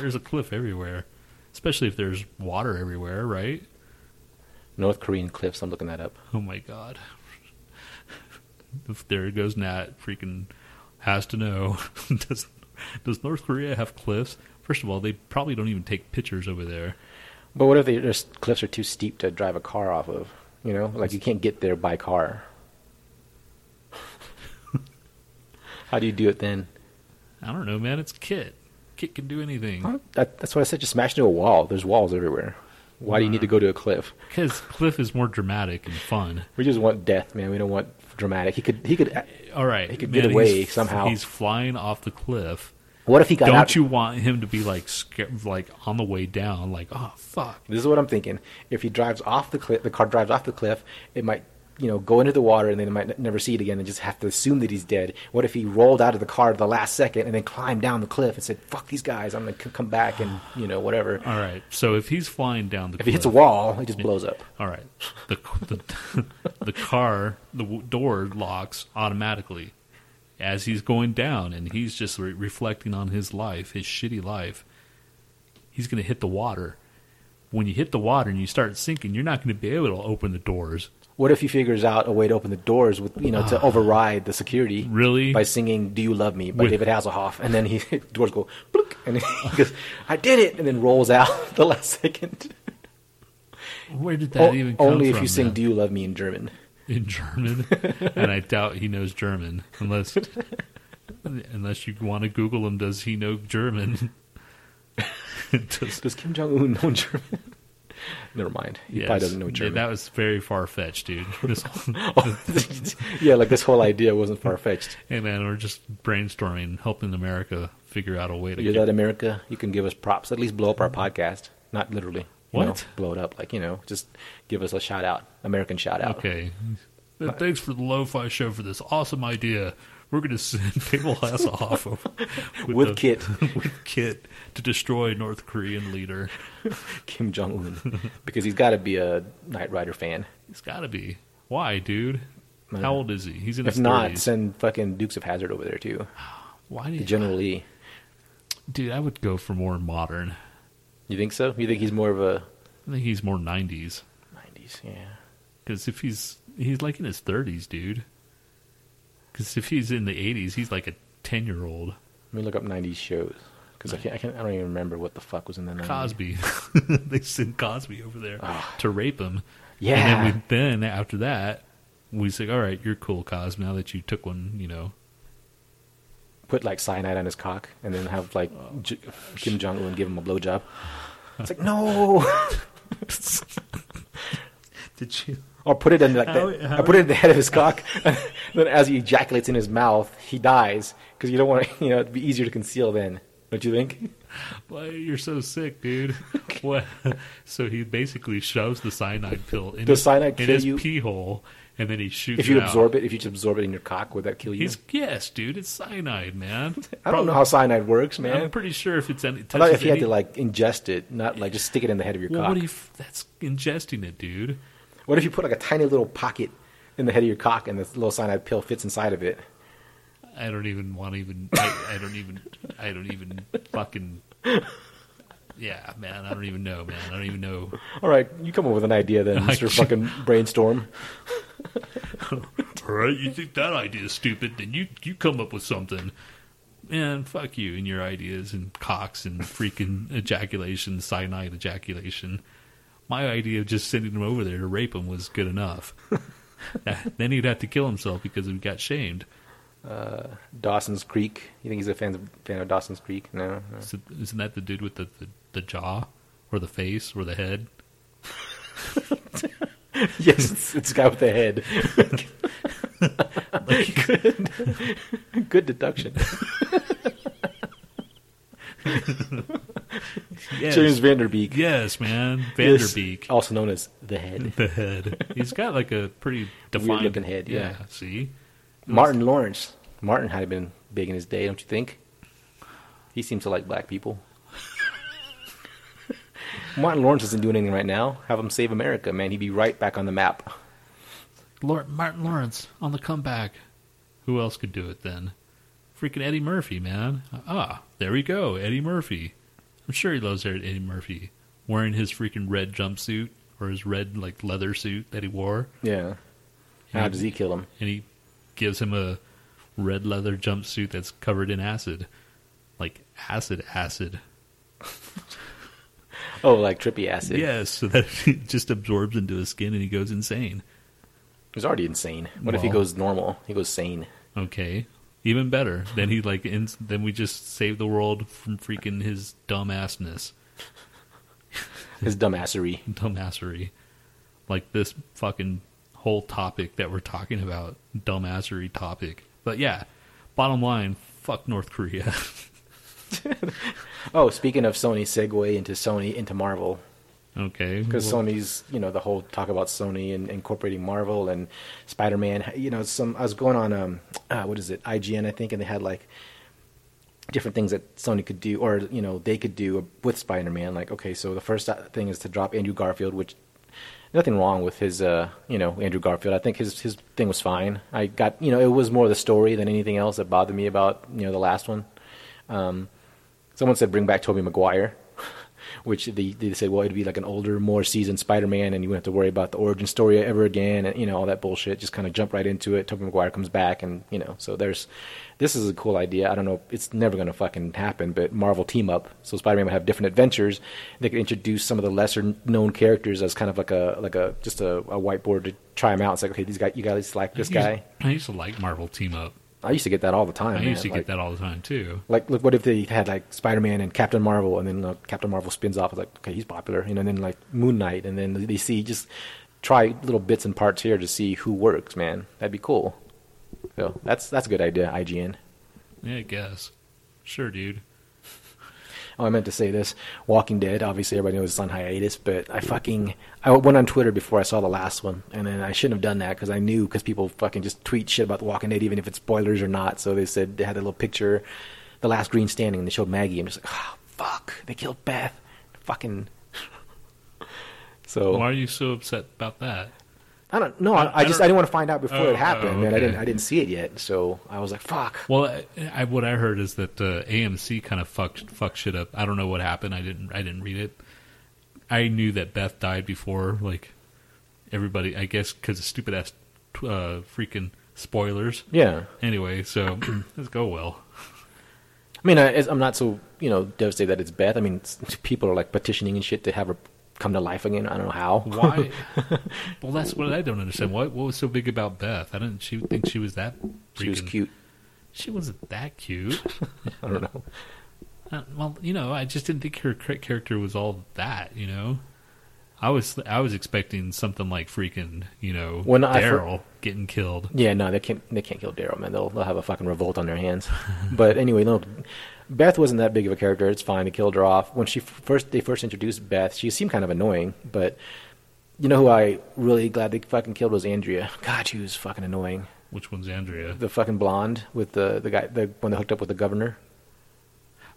B: There's a cliff everywhere, especially if there's water everywhere, right?
C: North Korean cliffs. I'm looking that up.
B: Oh my god. If there goes Nat, freaking has to know. does does North Korea have cliffs? First of all, they probably don't even take pictures over there.
C: But what if they, their cliffs are too steep to drive a car off of? You know, like you can't get there by car. How do you do it then?
B: I don't know, man. It's Kit. Kit can do anything.
C: That, that's what I said. Just smash into a wall. There's walls everywhere. Why do you need to go to a cliff?
B: Because Cliff is more dramatic and fun.
C: We just want death, man. We don't want dramatic. He could. He could.
B: All right,
C: He could
B: man,
C: get away
B: he's-
C: somehow.
B: He's flying off the cliff.
C: What if he got
B: don't
C: out?
B: you want him to be like scared, like on the way down, like oh fuck?
C: This is what I'm thinking. If he drives off the cliff, the car drives off the cliff. It might, you know, go into the water, and then it might n- never see it again, and just have to assume that he's dead. What if he rolled out of the car at the last second, and then climbed down the cliff and said, "Fuck these guys! I'm gonna c- come back," and you know, whatever.
B: All right, so if he's flying down the
C: If
B: cliff,
C: he hits a wall, it just blows up.
B: All right. The the, the car the w- door locks automatically as he's going down, and he's just re- reflecting on his life, his shitty life. He's going to hit the water. When you hit the water and you start sinking, you're not going to be able to open the doors.
C: What if he figures out a way to open the doors with, you know, to override the security?
B: Ah. Really?
C: By singing "Do You Love Me" by
B: With-
C: David Hasselhoff, and then he doors go, blook, and he goes, "I did it," and then rolls out the last second.
B: Where did that
C: O-
B: even come
C: only if
B: from,
C: you sing
B: man?
C: "Do You Love Me" in German.
B: in German, and I doubt he knows German unless unless you want to Google him. Does he know German? does,
C: Does Kim Jong Un know German? Never mind. He
B: Yes.
C: probably doesn't know
B: Yeah,
C: German. Oh,
B: that was very far fetched, dude. This whole,
C: yeah, like this whole idea wasn't far fetched.
B: hey man, we're just brainstorming, helping America figure out a way to
C: You're
B: get-
C: that America. You can give us props. At least blow up our podcast. Not literally. you
B: What?
C: know, blow it up. Like, you know, just give us a shout out. American shout out.
B: okay. But Thanks for the Lo-Fi Show for this awesome idea. We're going to send Mabel Hasselhoff over
C: With
B: the-
C: Kit.
B: with Kit to destroy North Korean leader.
C: Kim Jong Un. because he's got to be a Knight Rider fan.
B: He's got to be. Why, dude?
C: Uh,
B: How old is he? He's in
C: If
B: his
C: not,
B: 30s.
C: send fucking Dukes of Hazard over there, too.
B: Why
C: The
B: did
C: General Lee.
B: dude? I would go for more modern.
C: You think so? You think he's more of a
B: I think he's more 90s.
C: 90s? Yeah.
B: Because if he's he's like in his 30s, dude. Because if he's in the 80s, he's like a 10 year old.
C: Let me look up 90s shows because I can't, I can't. I don't even remember what the fuck was in the 90s.
B: Cosby. they sent Cosby over there to rape him.
C: Ah. Yeah.
B: And then, we, then after that, we say, all right, you're cool, Cos, now that you took one, you know.
C: Put like cyanide on his cock and then have like J- Kim Jong Un give him a blowjob. It's like no.
B: Did you?
C: Or put it in like
B: How-
C: the,
B: how-
C: I put it in the head of his cock. then as he ejaculates in his mouth, he dies because you don't want to. You know, it'd be easier to conceal then. Don't you think?
B: Why, you're so sick, dude. what? So he basically shoves the cyanide pill in,
C: Does
B: his,
C: cyanide
B: in
C: kill
B: his
C: you?
B: pee hole, and then he shoots
C: If you
B: it out.
C: absorb it, if you just absorb it in your cock, would that kill you?
B: He's yes, dude. It's cyanide, man.
C: I don't know how cyanide works,
B: I'm
C: man.
B: pretty sure if it's any.
C: I thought
B: touches
C: if you had
B: any-
C: to like ingest it, not like just stick it in the head of your
B: Well,
C: cock.
B: what if that's ingesting it, dude?
C: What if you put like a tiny little pocket in the head of your cock and this little cyanide pill fits inside of it?
B: I don't even want to even. I, I don't even. I don't even fucking. Yeah, man. I don't even know, man. I don't even know.
C: All right, you come up with an idea then,
B: I
C: Mr.
B: can't-
C: Fucking Brainstorm.
B: All right, you think that idea is stupid? Then you you come up with something. Man, fuck you and your ideas and cocks and freaking ejaculation, cyanide ejaculation. My idea of just sending him over there to rape him was good enough. then he'd have to kill himself because he got shamed.
C: Dawson's Creek. You think he's a fan of, fan of Dawson's Creek? No. no.
B: So- Isn't that the dude with the, the, the jaw or the face or the head?
C: yes, it's, it's the guy with the head. good, good deduction.
B: Yes,
C: James Vanderbeek.
B: yes man.
C: Yes,
B: Vanderbeek.
C: also known as the head.
B: The head. He's got like a pretty defined
C: looking head, yeah.
B: See,
C: Martin Lawrence. Martin had been big in his day, don't you think? He seems to like black people. Martin Lawrence isn't doing anything right now. Have him save America, man. He'd be right back on the map.
B: Lor- Martin Lawrence on the comeback. Who else could do it then? Freaking Eddie Murphy, man. Ah, there we go. Eddie Murphy. I'm sure he loves Eddie Murphy wearing his freaking red jumpsuit or his red like leather suit that he wore.
C: Yeah. How does he kill him?
B: and he gives him a red leather jumpsuit that's covered in acid, like acid acid.
C: Oh, like trippy acid.
B: Yes, so that it just absorbs into his skin and he goes insane.
C: He's already insane. What if he
B: Well.
C: goes normal? He goes sane.
B: Okay, even better. Then he like ends, then we just save the world from freaking his dumbassness,
C: His dumbassery.
B: dumbassery, like this fucking whole topic that we're talking about, dumbassery topic. But yeah, bottom line, fuck North Korea.
C: Oh, speaking of Sony, segue into Sony into Marvel
B: okay,
C: because
B: well,
C: Sony's you know the whole talk about Sony and incorporating Marvel and Spider Man. You know, some I was going on um uh, what is it IGN I think, and they had like different things that Sony could do or you know they could do with Spider Man. Like okay, so the first uh, thing is to drop Andrew Garfield, which nothing wrong with his uh you know Andrew Garfield. I think his his thing was fine. I got you know it was more the story than anything else that bothered me about you know the last one. Um, someone said bring back Tobey Maguire, which they, they said, well, it'd be like an older, more seasoned Spider-Man, and you wouldn't have to worry about the origin story ever again, and you know all that bullshit. Just kind of jump right into it. Tobey Maguire comes back, and you know, so there's this is a cool idea. I don't know, it's never going to fucking happen, but Marvel team up, so Spider-Man would have different adventures. They could introduce some of the lesser known characters as kind of like a like a just a, a whiteboard to try them out. It's like, okay, these guys, you guys like this
B: I used-
C: guy.
B: I used to like Marvel Team Up.
C: I used to get that all the time.
B: I
C: man.
B: used to
C: Like,
B: get that all the time too.
C: like look what if they had like spider-man and captain marvel and then uh, captain marvel spins off it's like okay he's popular you know and then like moon knight and then they see just try little bits and parts here to see who works man that'd be cool so that's that's a good idea ign
B: Yeah, I guess. Sure, dude.
C: Oh, I meant to say this. Walking Dead, obviously everybody knows it's on hiatus, but I fucking I went on Twitter before I saw the last one, and then I shouldn't have done that because I knew because people fucking just tweet shit about The Walking Dead, even if it's spoilers or not. So they said they had a little picture, the last green standing, and they showed Maggie. I'm just like, oh, fuck, they killed Beth. Fucking. So
B: Why are you so upset about that?
C: I don't know. I, I,
B: I
C: just
B: don't-
C: I didn't want to find out before
B: Oh,
C: it happened,
B: oh,
C: and I
B: okay.
C: didn't I didn't see it yet, so I was like, "Fuck."
B: Well, I, I, what I heard is that uh, AMC kind of fucked fucked shit up. I don't know what happened. I didn't I didn't read it. I knew that Beth died before like everybody. I guess because of stupid ass tw- uh, freaking spoilers.
C: Yeah,
B: Anyway, so let's go well.
C: I mean, I, it's- I'm not so you know devastated that it's Beth. I mean, s- people are like petitioning and shit to have her come to life again. I don't know how.
B: Why? well, that's what I don't understand. What what was so big about Beth? I didn't she think she was that.
C: she was
B: freaking-
C: cute.
B: She wasn't that cute.
C: I don't know.
B: Uh, well, you know, I just didn't think her cra- character was all that. You know, I was I was expecting something like freaking you know
C: When I fir-
B: Daryl getting killed.
C: Yeah, no, they can't. They can't kill Daryl, man. They'll they'll have a fucking revolt on their hands. but anyway, no, Beth wasn't that big of a character. It's fine. They killed her off when she f- first they first introduced Beth. She seemed kind of annoying, but you know who I really glad they fucking killed was Andrea. God, she was fucking annoying.
B: Which one's Andrea?
C: The fucking blonde with the the guy the one that hooked up with the governor.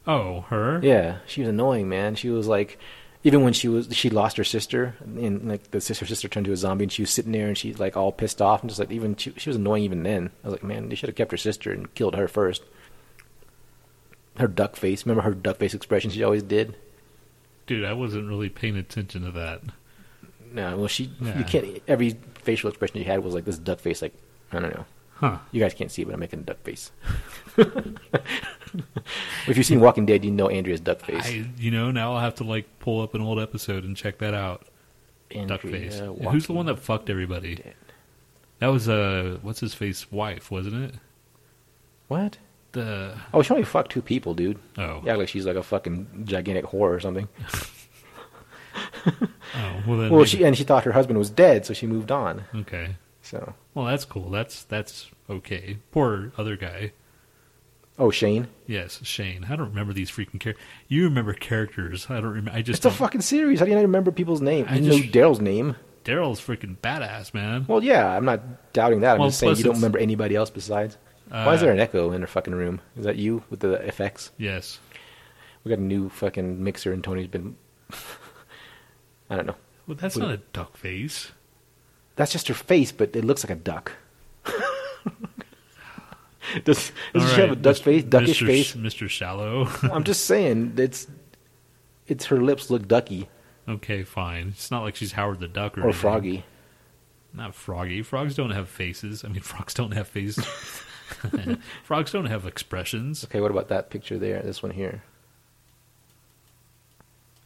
B: Oh, her.
C: Yeah, she was annoying, man. She was like, even when she was, she lost her sister, and like the sister her sister turned to a zombie, and she was sitting there, and she's like all pissed off, and just like even she, she was annoying even then. I was like, man, they should have kept her sister and killed her first. Her duck face, remember her duck face expression she always did.
B: Dude, I wasn't really paying attention to that.
C: No, well, she
B: Yeah.
C: you can't. Every facial expression she had was like this duck face, like I don't know.
B: Huh.
C: You guys can't see, it, but I'm making a duck face. if you've seen Walking Dead, you know Andrea's duck face.
B: I, you know, now I'll have to like pull up an old episode and check that out. Duckface.
C: Andrea
B: And Who's the
C: Walking
B: one that fucked everybody?
C: Dead.
B: That was uh, what's his face wife, wasn't it?
C: What?
B: The
C: Oh, she only fucked two people, dude.
B: oh
C: Yeah, like she's like a fucking gigantic whore or something.
B: oh well then
C: Well,
B: maybe-
C: she and she thought her husband was dead, so she moved on.
B: okay.
C: So,
B: Well, that's cool. That's that's okay. Poor other guy.
C: oh Shane,
B: Yes, Shane. I don't remember these freaking characters. You remember characters. I don't remember. I just
C: it's a
B: don't.
C: fucking series. How do you not remember people's name?
B: I
C: you know
B: just-
C: Daryl's name.
B: Daryl's freaking badass, man.
C: Well, yeah, I'm not doubting that. I'm
B: Well,
C: just saying
B: plus
C: you don't
B: it's-
C: remember anybody else besides. Why is
B: Uh,
C: there an echo in her fucking room? Is that you with the effects?
B: Yes.
C: We got a new fucking mixer, and Tony's been. I don't know.
B: Well, that's
C: Wait.
B: not a duck face.
C: That's just her face, but it looks like a duck. does does
B: All
C: she
B: right,
C: have a duck
B: Mr.
C: face, duckish
B: Mr.
C: face?
B: Sh- Mr. Shallow.
C: I'm just saying it's it's her lips look ducky
B: okay, fine. It's not like she's Howard the Duck or,
C: or
B: anything.
C: froggy.
B: Not froggy. Frogs don't have faces. I mean, frogs don't have faces. frogs don't have expressions.
C: Okay, what about that picture there? This one here.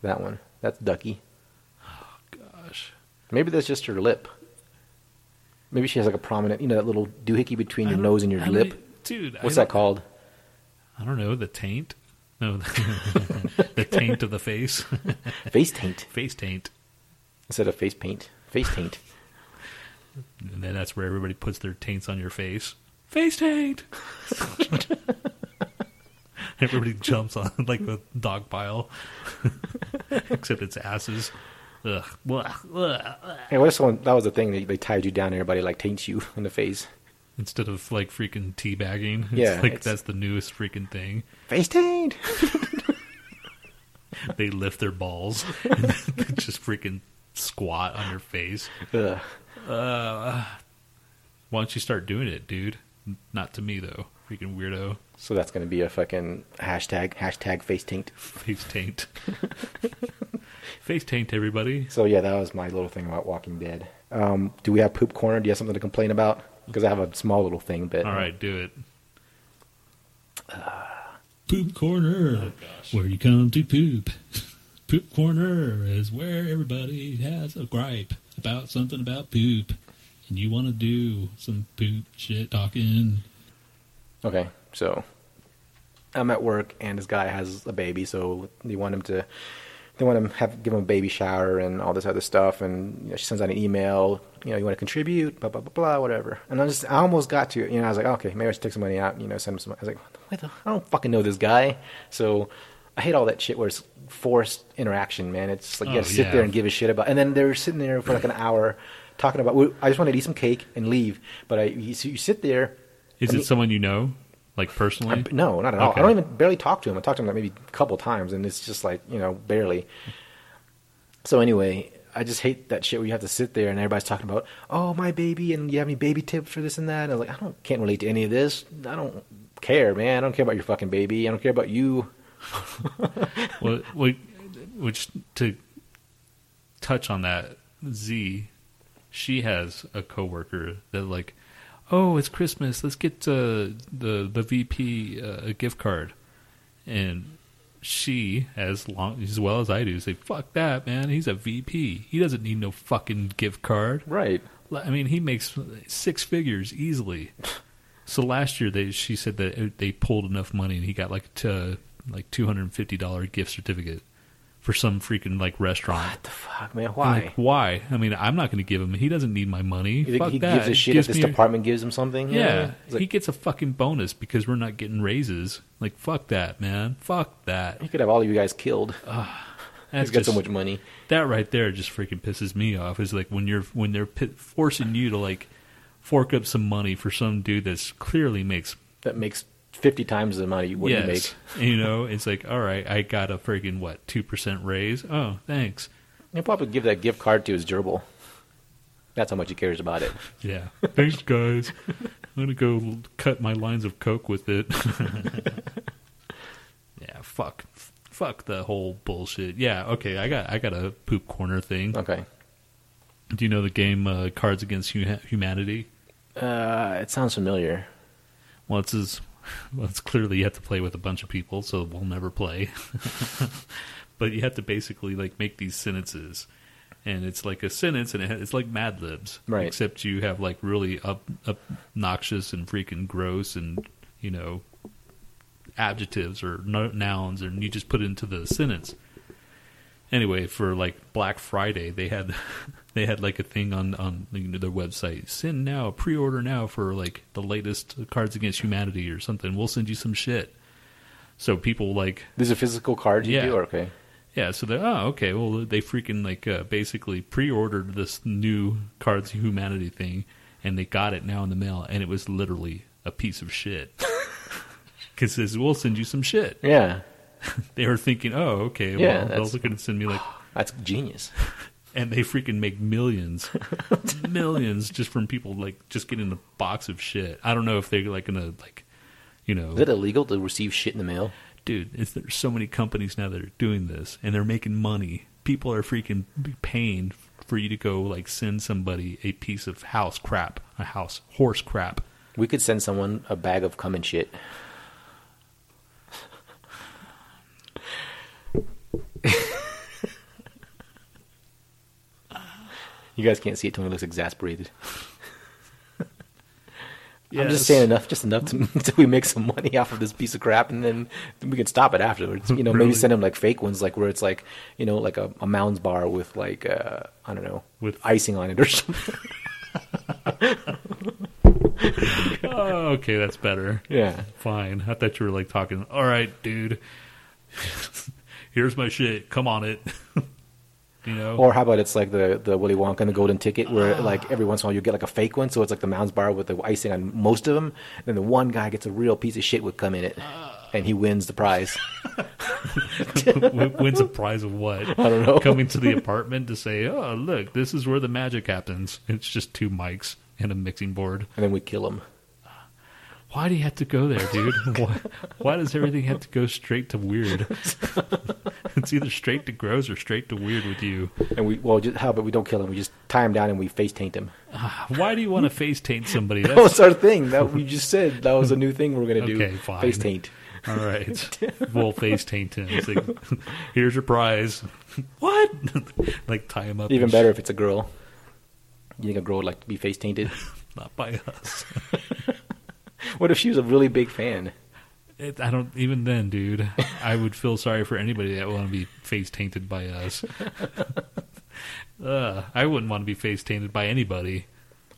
C: That one. That's ducky.
B: Gosh.
C: Maybe that's just her lip. Maybe she has like a prominent, you know, that little doohickey between
B: I
C: your
B: don't-
C: nose and your
B: I don't
C: lip.
B: e- dude. I
C: What's that
B: don't-
C: called?
B: I don't know. The taint. No, the taint of the face.
C: Face taint.
B: face taint.
C: Instead of face paint. Face taint.
B: And then that's where everybody puts their taints on your face. Face taint. everybody jumps on like the dog pile, except it's asses. Ugh. Blah, blah.
C: hey, what if someone, that was the thing, they, they tied you down and everybody like taints you in the face.
B: Instead of like freaking teabagging, it's
C: Yeah,
B: like
C: it's-
B: that's the newest freaking thing.
C: Face taint!
B: They lift their balls and then just freaking squat on your face.
C: Ugh.
B: Why don't you start doing it, dude? Not to me though. Freaking weirdo.
C: So that's going to be a fucking hashtag, hashtag face taint.
B: Face taint. face taint, everybody.
C: So yeah, that was my little thing about Walking Dead. Um, do we have poop corner? Do you have something to complain about? Because I have a small little thing, but
B: All right, do it.
D: Poop Corner, where you come to poop. Poop Corner is where everybody has a gripe about something about poop. And you want to do some poop shit talking.
C: okay. So I'm at work, and this guy has a baby, so they want him to, they want him to have give him a baby shower and all this other stuff, and you know, she sends out an email, you know, you want to contribute, blah blah blah blah, whatever. And I just, I almost got to, it. you know, I was like, okay, maybe I should take some money out, you know, send him some. I was like, what the, I don't fucking know this guy, so. I hate all that shit where it's forced interaction, man. It's like you
B: Oh,
C: gotta sit
B: yeah.
C: there and give a shit about. And then they were sitting there for like an hour talking about. "We- I just wanted to eat some cake and leave, but I you, so you sit there.
B: Is
C: I mean-
B: it someone you know, like
C: I,
B: personally?
C: no, not at all.
B: Okay.
C: I don't even barely talk to him. I talked to him like maybe a couple times, and it's just like you know barely. So anyway, I just hate that shit where you have to sit there and everybody's talking about, oh my baby, and you have any baby tips for this and that. And I was like, I don't can't relate to any of this. I don't care, man. I don't care about your fucking baby. I don't care about you.
B: well, we- which to touch on that Z, she has a coworker that like, oh, it's Christmas, let's get uh, the the VP uh, a gift card, and she as long as well as I do say, fuck that man, he's a VP, he doesn't need no fucking gift card.
C: Right.
B: Li- I mean, he makes six figures easily. So last year, they she said that it- they pulled enough money and he got like t- like two hundred and fifty dollar gift certificate for some freaking like restaurant.
C: What the fuck, man?
B: I'm
C: Why?
B: like, why? I mean, I'm not going to give him. He doesn't need my money.
C: you think
B: Fuck
C: he
B: that.
C: gives a shit
B: Gives
C: if this
B: me-
C: department gives him something?
B: Yeah,
C: It's like,
B: he gets a fucking bonus because we're not getting raises. Like fuck that, man. Fuck that.
C: he could have all of you guys killed.
B: That's
C: He's got
B: just,
C: so much money.
B: that right there just freaking pisses me off is like when you're when they're pit, forcing you to like fork up some money for some dude that's clearly makes
C: That makes fifty times the amount of you what you make.
B: yes you know it's like all right i got a freaking what 2% raise oh thanks
C: He'll probably give that gift card to his gerbil. That's how much he cares about it.
B: yeah thanks guys i'm gonna go cut my lines of coke with it yeah fuck fuck the whole bullshit yeah okay i got i got a poop corner thing
C: Okay.
B: do you know the game uh, cards against Hu- humanity
C: Uh, it sounds familiar.
B: Well, it's as, well, it's clearly you have to play with a bunch of people, so we'll never play. but you have to basically like make these sentences, and it's like a sentence, and it ha- it's like Mad Libs,
C: Right.
B: Except you have like really up, obnoxious and freaking gross, and you know, adjectives or no, nouns, and you just put it into the sentence. Anyway, for like Black Friday, they had they had like a thing on on you know, their website. Send now, pre-order now for like the latest Cards Against Humanity or something. We'll send you some shit. So people like
C: These are physical cards you
B: Yeah.
C: do? Okay.
B: yeah, so they oh okay, well they freaking like uh, basically pre-ordered this new Cards of Humanity thing, and they got it now in the mail, and it was literally a piece of shit. Because says we'll send you some shit.
C: Yeah.
B: They were thinking, oh okay,
C: Yeah,
B: well
C: that's-
B: they're going to send me like,
C: That's genius.
B: and they freaking make millions, millions just from people like just getting a box of shit. I don't know if they're like gonna like, you know,
C: Is it illegal to receive shit in the mail?
B: dude, it's, there's so many companies now that are doing this and they're making money. People are freaking paying for you to go like send somebody a piece of house crap, a house horse crap.
C: We could send someone a bag of cum and shit. you guys can't see it. Tony looks exasperated. I'm just saying enough, just enough to, until we make some money off of this piece of crap, and then we can stop it afterwards. You know,
B: Really?
C: maybe send them like fake ones, like where it's like, you know, like a, a Mounds bar with like uh, I don't know,
B: With-
C: icing on it or something.
B: Oh, okay, that's better.
C: yeah,
B: Fine. I thought you were like talking. All right, dude. Here's my shit. Come on it. you know.
C: Or how about it's like the, the Willy Wonka and the Golden Ticket, where
B: Ah.
C: like every once in a while you get like a fake one, so it's like the Mounds bar with the icing on most of them, and then the one guy gets a real piece of shit with cum in it,
B: Ah.
C: and he wins the prize.
B: W- wins a prize of what?
C: I don't know.
B: Coming to the apartment to say, "Oh, look, this is where the magic happens." It's just two mics and a mixing board.
C: And then we kill him.
B: Why do you have to go there, dude? why, why does everything have to go straight to weird? it's either straight to gross or straight to weird with you.
C: And we well, just, how about we don't kill him? We just tie him down and we face taint him.
B: Why do you want to face taint somebody?
C: That
B: That's
C: was our thing. That we just said that was a new thing we are gonna do.
B: Okay, fine.
C: Face taint.
B: all right. We'll face taint him. It's like, here's your prize. what? like tie him up.
C: Even
B: and
C: better if it's a girl. You think a girl would like to be face tainted?
B: shit, Not by us.
C: what if she was a really big fan?
B: It, I don't even then, dude. I would feel sorry for anybody that would want to be face tainted by us. uh, I wouldn't want to be face tainted by anybody.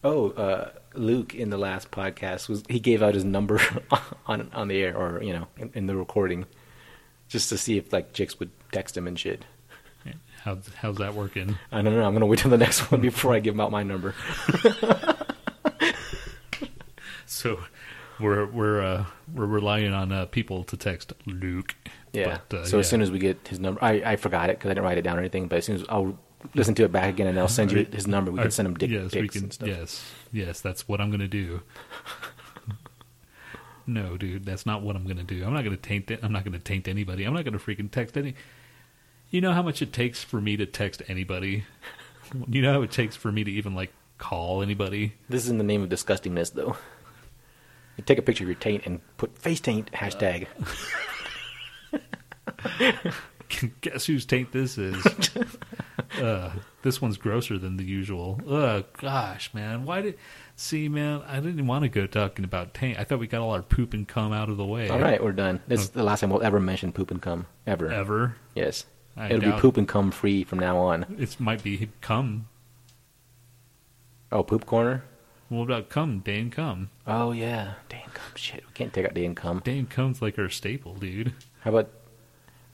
C: Oh, uh, Luke in the last podcast was he gave out his number on on the air or you know in, in the recording, just to see if like chicks would text him and shit.
B: How, how's that working?
C: I don't know. I'm gonna wait till the next one before I give him out my number.
B: So we're we're uh, we're relying on uh, people to text Luke.
C: Yeah.
B: But, uh,
C: so as soon as we get his number, I, I forgot it because I didn't write it down or anything. But as soon as I'll listen to it back again, and I'll send you
B: Alright.
C: his number. We can send him dick
B: yes,
C: pics
B: we can,
C: and stuff.
B: Yes, yes, that's what I'm going to do. no, dude, that's not what I'm going to do. I'm not going to taint it. I'm not going to taint anybody. I'm not going to freaking text any. You know how much it takes for me to text anybody. you know how it takes for me to even like call anybody.
C: This is in the name of disgustingness, though. You take a picture of your taint and put face taint hashtag.
B: Guess whose taint this is? uh, this one's grosser than the usual. Ugh, gosh, man, why did? See, man, I didn't want to go talking about taint. I thought we got all our poop and cum out of the way.
C: All right, we're done. This is the last time we'll ever mention poop and cum ever.
B: ever.
C: Yes,
B: I
C: it'll
B: doubt-
C: be poop and cum free from now on.
B: It might be come.
C: Oh, poop corner.
B: What about come? Dane come.
C: Oh yeah, Dane cum. Shit, we can't take out Dane cum.
B: Dane come's like our staple, dude.
C: How about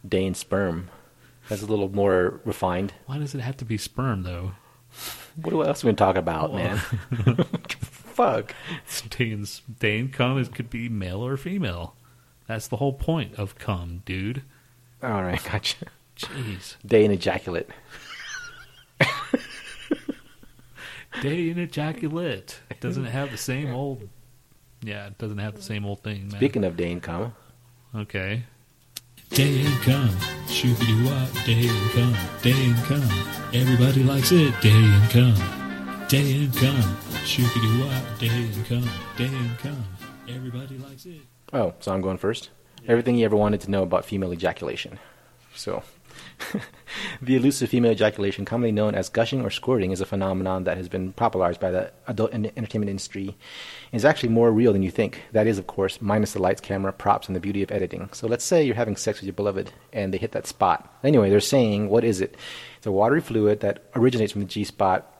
C: Dane sperm? That's a little more refined.
B: Why does it have to be sperm though?
C: What else we been talking about, man? Fuck.
B: Dane's Dane come is could be male or female. That's the whole point of come, dude.
C: All right, gotcha.
B: Jeez,
C: Dane ejaculate.
B: Dane ejaculate doesn't have the same old. Yeah, it doesn't have the same old thing. Man.
C: Speaking of Dane cum,
B: okay,
D: Day and come, shooby wop, day and come, day and come. Everybody likes it, day and come, day and come, shooby wop, day and come, day and come. Everybody likes it.
C: Oh, so I'm going first. Everything you ever wanted to know about female ejaculation. So, the elusive female ejaculation, commonly known as gushing or squirting, is a phenomenon that has been popularized by the adult en- entertainment industry and is actually more real than you think. That is, of course, minus the lights, camera, props, and the beauty of editing. So, let's say you're having sex with your beloved and they hit that spot. Anyway, they're saying, what is it? It's a watery fluid that originates from the G spot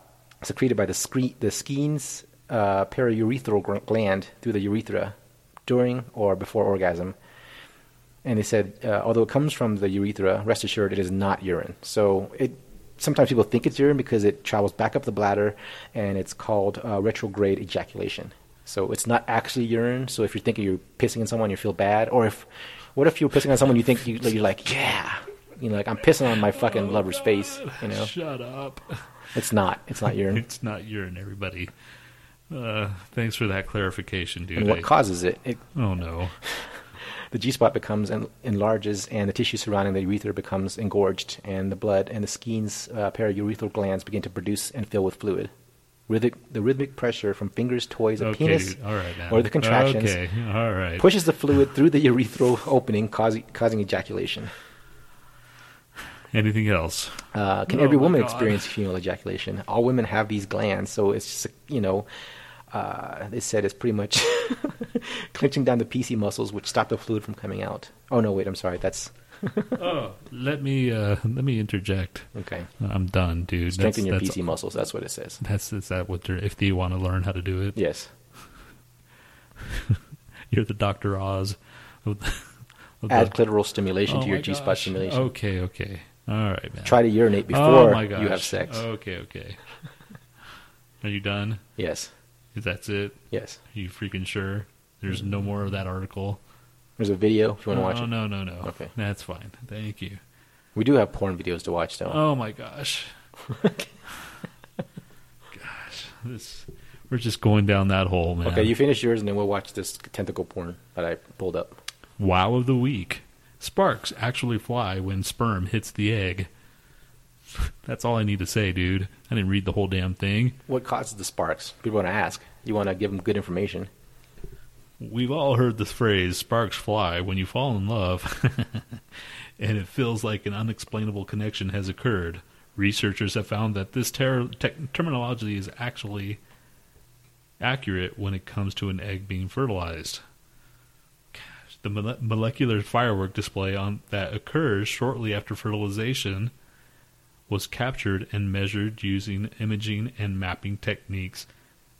C: secreted by the, scre- the skene's uh, periurethral gr- gland through the urethra during or before orgasm. And they said, uh, although it comes from the urethra, rest assured it is not urine. So it sometimes people think it's urine because it travels back up the bladder, and it's called uh, retrograde ejaculation. So it's not actually urine. So if you're thinking you're pissing on someone, you feel bad, or if what if you're pissing on someone you think you, you're like, yeah, you know, like I'm pissing on my fucking lover's face. You know,
B: shut up.
C: it's not. It's not urine.
B: It's not urine, everybody. Uh, thanks for that clarification, dude.
C: And
B: I-
C: what causes it? it
B: oh no.
C: the G spot becomes en- enlarges, and the tissue surrounding the urethra becomes engorged, and the blood and the skene's uh, periurethral glands begin to produce and fill with fluid. Rhythmic, the rhythmic pressure from fingers, toys, and
B: Okay,
C: penis,
B: dude. All right, man.
C: or the contractions,
B: Okay, all right.
C: pushes the fluid through the urethral opening, causing, causing ejaculation.
B: Anything else?
C: Uh, can
B: Oh
C: every
B: my
C: woman
B: God.
C: experience female ejaculation? All women have these glands, so it's just you know, uh, they said it's pretty much clenching down the PC muscles, which stop the fluid from coming out. Oh no, wait, I'm sorry, that's
B: Oh, let me uh, let me interject.
C: okay.
B: I'm done, dude.
C: Strengthen your
B: that's,
C: PC muscles. That's what it says.
B: That's is that what they're if they want to learn how to do it.
C: Yes.
B: You're the Doctor Oz. Of the, of
C: Add
B: the-
C: clitoral stimulation
B: Oh
C: to your
B: my
C: G spot
B: gosh.
C: stimulation.
B: Okay, okay, all right, man.
C: Try to urinate
B: oh
C: before
B: my gosh. Oh.
C: you have sex.
B: Okay, okay. Are you done?
C: Yes.
B: Is that's it?
C: Yes.
B: Are you freaking sure? There's no more of that article.
C: There's a video if you want
B: no,
C: to watch it.
B: no, no, no.
C: Okay.
B: that's fine. Thank you.
C: We do have porn videos to watch though.
B: Oh my gosh. gosh, this we're just going down that hole, Oh, man.
C: okay, you finish yours and then we'll watch this tentacle porn that I pulled up.
B: wow of the week. Sparks actually fly when sperm hits the egg. That's all I need to say, dude. I didn't read the whole damn thing.
C: What causes the sparks? People want to ask. You want to give them good information.
B: We've all heard the phrase sparks fly when you fall in love and it feels like an unexplainable connection has occurred. Researchers have found that this ter- tech terminology is actually accurate when it comes to an egg being fertilized. Gosh, the mole- molecular firework display on that occurs shortly after fertilization was captured and measured using imaging and mapping techniques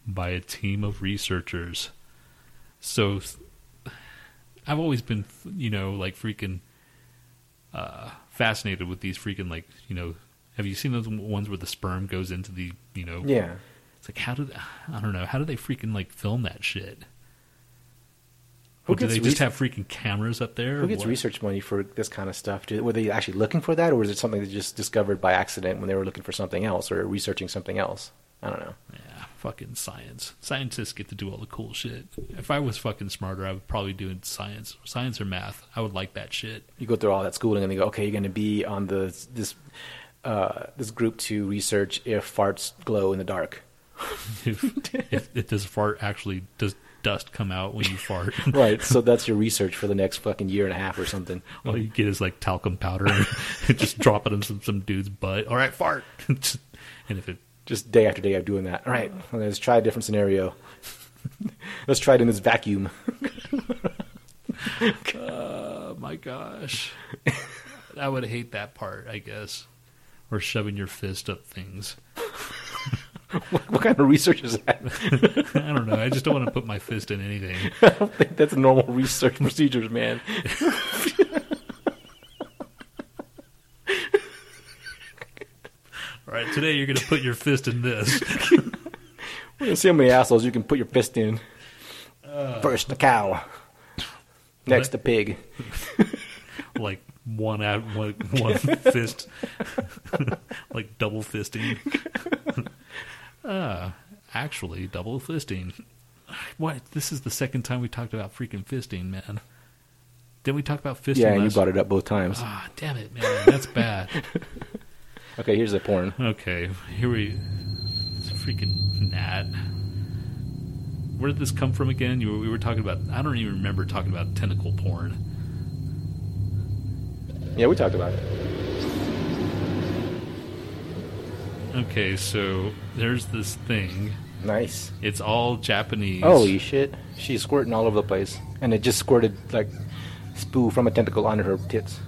B: by a team of researchers. So th- I've always been, you know, like freaking uh, fascinated with these freaking like, you know, have you seen those ones where the sperm goes into the, you know,
C: Yeah.
B: it's like how did I don't know how do they freaking like film that shit?
C: Who
B: do
C: gets
B: they just
C: re-
B: have freaking cameras up there?
C: Who gets
B: What?
C: research money for this kind of stuff? Do, were they actually looking for that, or is it something they just discovered by accident when they were looking for something else or researching something else? I don't know.
B: Yeah, fucking science. Scientists get to do all the cool shit. If I was fucking smarter, I would probably do science, science or math. I would like that shit.
C: You go through all that schooling, and they go, "Okay, you're going to be on the this uh, this group to research if farts glow in the dark."
B: If, if, if does fart actually does dust come out when you fart?
C: Right. so that's your research for the next fucking year and a half or something.
B: all you get is like talcum powder and just drop it in some, some dude's butt. All right, fart. and if it
C: Just day after day of doing that. All right, let's try a different scenario. let's try it in this vacuum.
B: Oh my gosh. I would hate that part, I guess. Or shoving your fist up things.
C: what kind of research is that?
B: I don't know. I just don't want to put my fist in anything.
C: That's normal research procedures, man.
B: All right, today you're going to put your fist in this.
C: Let's See how many assholes you can put your fist in. First, the cow. Next, the pig.
B: Like one out, one, one fist. like double fisting. uh, actually, double fisting. What? This is the second time we talked about freaking fisting, man. Didn't we talk about fisting?
C: Yeah, and you
B: last-
C: brought it up both times.
B: Ah, damn it, man. That's bad.
C: Okay, here's the porn.
B: Okay, here we. It's a freaking gnat. Where did this come from again? You, we were talking about. I don't even remember talking about tentacle porn.
C: Yeah, we talked about it.
B: Okay, so there's this thing.
C: Nice.
B: It's all Japanese.
C: Holy shit. She's squirting all over the place. And it just squirted, like, spoo from a tentacle onto her tits.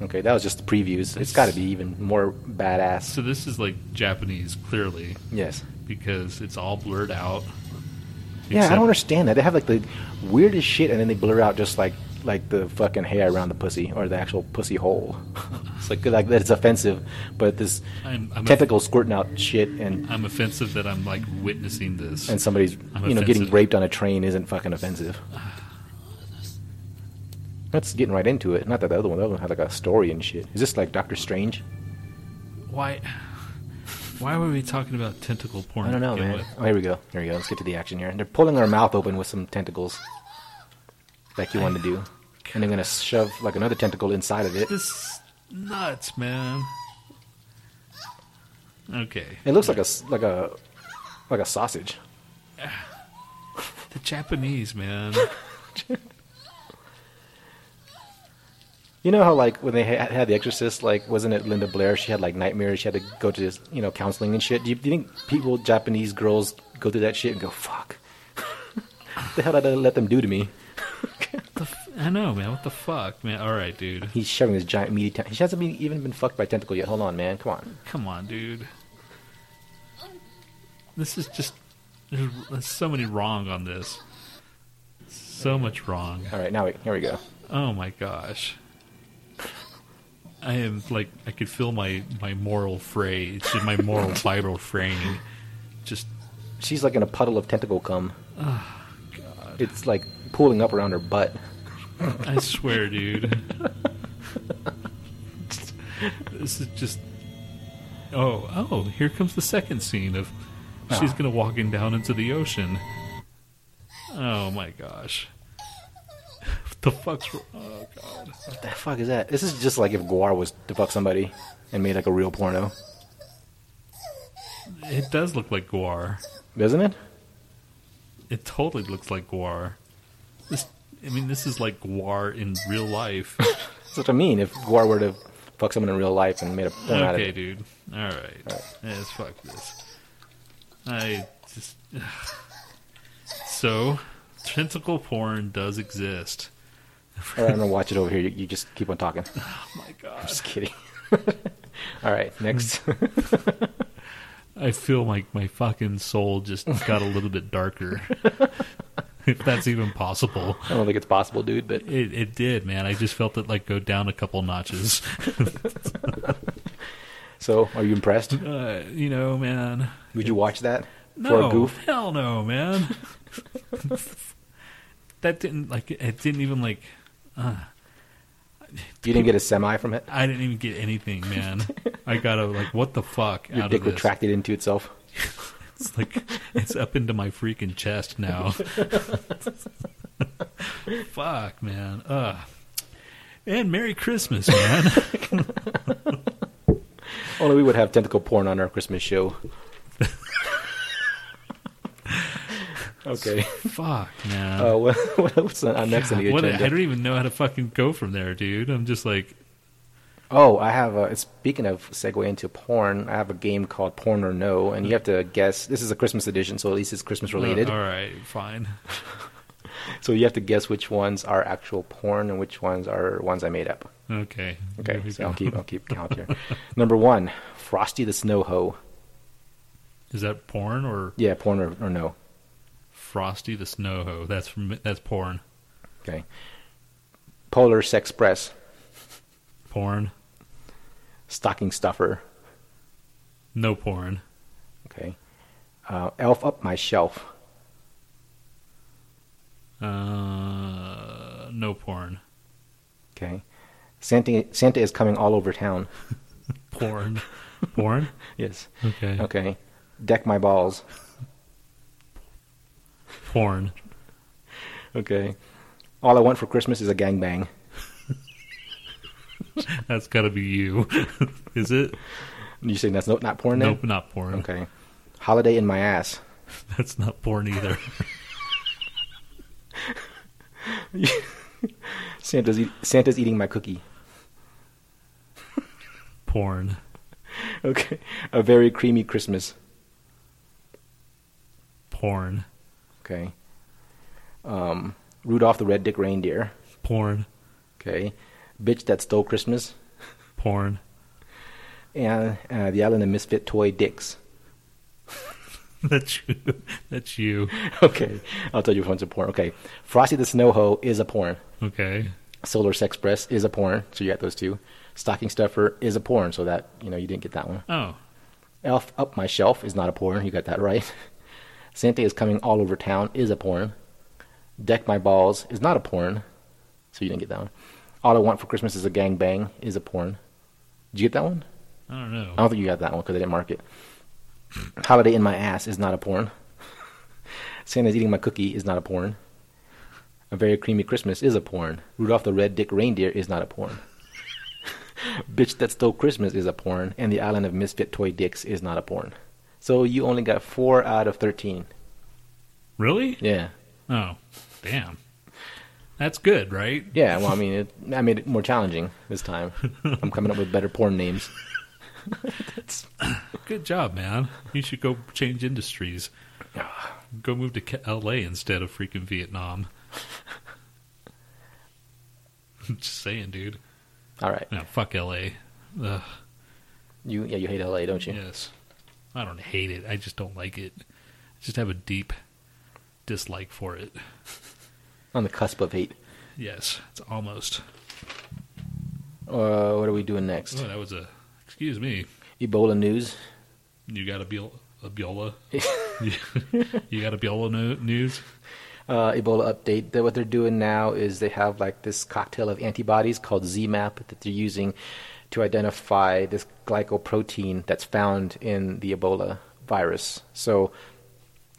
C: Okay, that was just the previews. It's got to be even more badass.
B: So this is like Japanese, clearly,
C: Yes.
B: because it's all blurred out.
C: Yeah, I
B: Except-
C: don't understand that. They have, like, the weirdest shit, and then they blur out just, like, like the fucking hair around the pussy or the actual pussy hole. it's like, like that it's offensive, but this
B: I'm, I'm,
C: tentacle squirting out shit and
B: I'm offensive that I'm like witnessing this.
C: and somebody's
B: I'm
C: you know getting
B: offensive.
C: raped on a train isn't fucking offensive. That's getting right into it. Not that the other one, the other one had like a story and shit. Is this like Doctor Strange?
B: Why? Why were we talking about tentacle porn?
C: I don't
B: to
C: know,
B: begin
C: man.
B: with?
C: Oh, here we go. Here we go. Let's get to the action here. And they're pulling her mouth open with some tentacles, like you wanted to do, and they're gonna shove like another tentacle inside of it.
B: This is nuts, man. Okay.
C: It looks like a s- like a like a sausage.
B: The Japanese, man.
C: You know how like when they ha- had The Exorcist, like wasn't it Linda Blair? She had like nightmares. She had to go to this, you know counseling and shit. Do you, do you think people, Japanese girls, go through that shit and go fuck? the hell did I let them do to me?
B: The f- I know, man. What the fuck, man? All right, dude.
C: He's shoving his giant meaty. T- she hasn't been, even been fucked by a tentacle yet. Hold on, man. Come on.
B: Come on, dude. This is just. There's, there's so many wrong on this. So much wrong.
C: All right, now we, here we go.
B: Oh my gosh. I am like I could feel my my moral fray, it's my moral vital fraying, just
C: She's like in a puddle of tentacle cum. God. It's like pooling up around her butt.
B: I swear, dude. this is just. Oh, oh! Here comes the second scene of she's gonna walking down into the ocean. Oh my gosh! What the fuck's? wr- Oh god!
C: What the fuck is that? This is just like if Guar was to fuck somebody and made like a real porno,
B: It does look like Guar.
C: doesn't it?
B: It totally looks like Guar. This, I mean, this is like Guar in real life.
C: That's what I mean. If Guar were to fuck someone in real life and made a porn out of
B: okay,
C: it.
B: dude. All right. Let's fuck this. I just. So, tentacle porn does exist.
C: All right, I'm gonna watch it over here. You, you just keep on talking.
B: Oh my god.
C: Just kidding. All right, next.
B: I feel like my fucking soul just got a little bit darker. if that's even possible.
C: I don't think it's possible, dude. But
B: It, it did, man. I just felt it like go down a couple notches.
C: so, are you impressed?
B: Uh, you know, man.
C: Would you watch that
B: No,
C: for a goof?
B: hell no, man. that didn't like it didn't even like
C: You didn't get a semi from it.
B: I didn't even get anything, man. I got a like what the fuck
C: Your
B: out
C: dick
B: of this.
C: retracted into itself.
B: It's like it's up into my freaking chest now. Fuck, man. Ugh. And Merry Christmas, man.
C: Only we would have tentacle porn on our Christmas show. okay.
B: Fuck, man.
C: Uh, what, what's on, on next on the
B: God, what-
C: agenda?
B: I don't even know how to fucking go from there, dude. I'm just like,
C: Oh, I have a. Speaking of segue into porn, I have a game called Porn or No, and you have to guess. This is a Christmas edition, so at least it's Christmas related.
B: uh, all right, fine.
C: So you have to guess which ones are actual porn and which ones are ones I made up.
B: Okay. There
C: Okay,
B: we
C: so
B: go.
C: I'll keep I'll keep count here. Number one, Frosty the Snow Hoe.
B: Is that porn or
C: Yeah, porn or, or no.
B: Frosty the Snow Ho? That's from that's porn.
C: Okay. Polar Sex Press,
B: Porn.
C: Stocking Stuffer.
B: No porn.
C: Okay. Uh, elf up my shelf.
B: Uh, no porn.
C: Okay. Santa Santa is coming all over town.
B: Porn. porn.
C: Yes.
B: Okay.
C: Okay. Deck my balls.
B: Porn.
C: Okay. All I want for Christmas is a gangbang.
B: That's got to be you. Is it?
C: You saying that's no, not porn? then?
B: Nope, not porn.
C: Okay. Holiday in my ass.
B: That's not porn either.
C: Santa's eat, Santa's eating my cookie.
B: porn.
C: Okay. A very creamy Christmas.
B: Porn.
C: Okay. Um, Rudolph the Red Dick Reindeer.
B: Porn.
C: Okay. Bitch that stole Christmas.
B: Porn.
C: And uh, the Island of Misfit Toy Dicks.
B: That's you. That's you.
C: Okay. I'll tell you which one's a porn. Okay. Frosty the Snow Hoe is a porn.
B: Okay.
C: Solar Sex Press is a porn. So you got those two. Stocking Stuffer is a porn. So that, you know, you didn't get that one.
B: Oh,
C: Elf Up My Shelf is not a porn. You got that right. Santa is Coming All Over Town is a porn. Deck My Balls is not a porn. So you didn't get that one. All I Want for Christmas is a Gang Bang is a porn. Did you get that one?
B: I don't know.
C: I don't think you got that one because I didn't mark it. Holiday in My Ass is not a porn. Santa's Eating My Cookie is not a porn. A Very Creamy Christmas is a porn. Rudolph the Red Dick Reindeer is not a porn. Bitch That Stole Christmas is a porn. And The Island of Misfit Toy Dicks is not a porn. So you only got four out of 13.
B: Really?
C: Yeah.
B: Oh, damn. That's good, right?
C: Yeah, well, I mean, it, I made it more challenging this time. I'm coming up with better porn names.
B: Good job, man. You should go change industries. Go move to K- L.A. instead of freaking Vietnam. I'm Just saying, dude.
C: All right.
B: No, fuck L.A. Ugh,
C: You, yeah, you hate LA, don't you?
B: yes. I don't hate it. I just don't like it. I just have a deep dislike for it.
C: On the cusp of hate.
B: Yes, it's almost.
C: Uh, what are we doing next?
B: Oh, that was a. Excuse me.
C: Ebola news.
B: You got a, be- a Biola? you got a Biola no- news?
C: uh, Ebola update. That what they're doing now is they have like this cocktail of antibodies called ZMAP that they're using to identify this glycoprotein that's found in the Ebola virus. So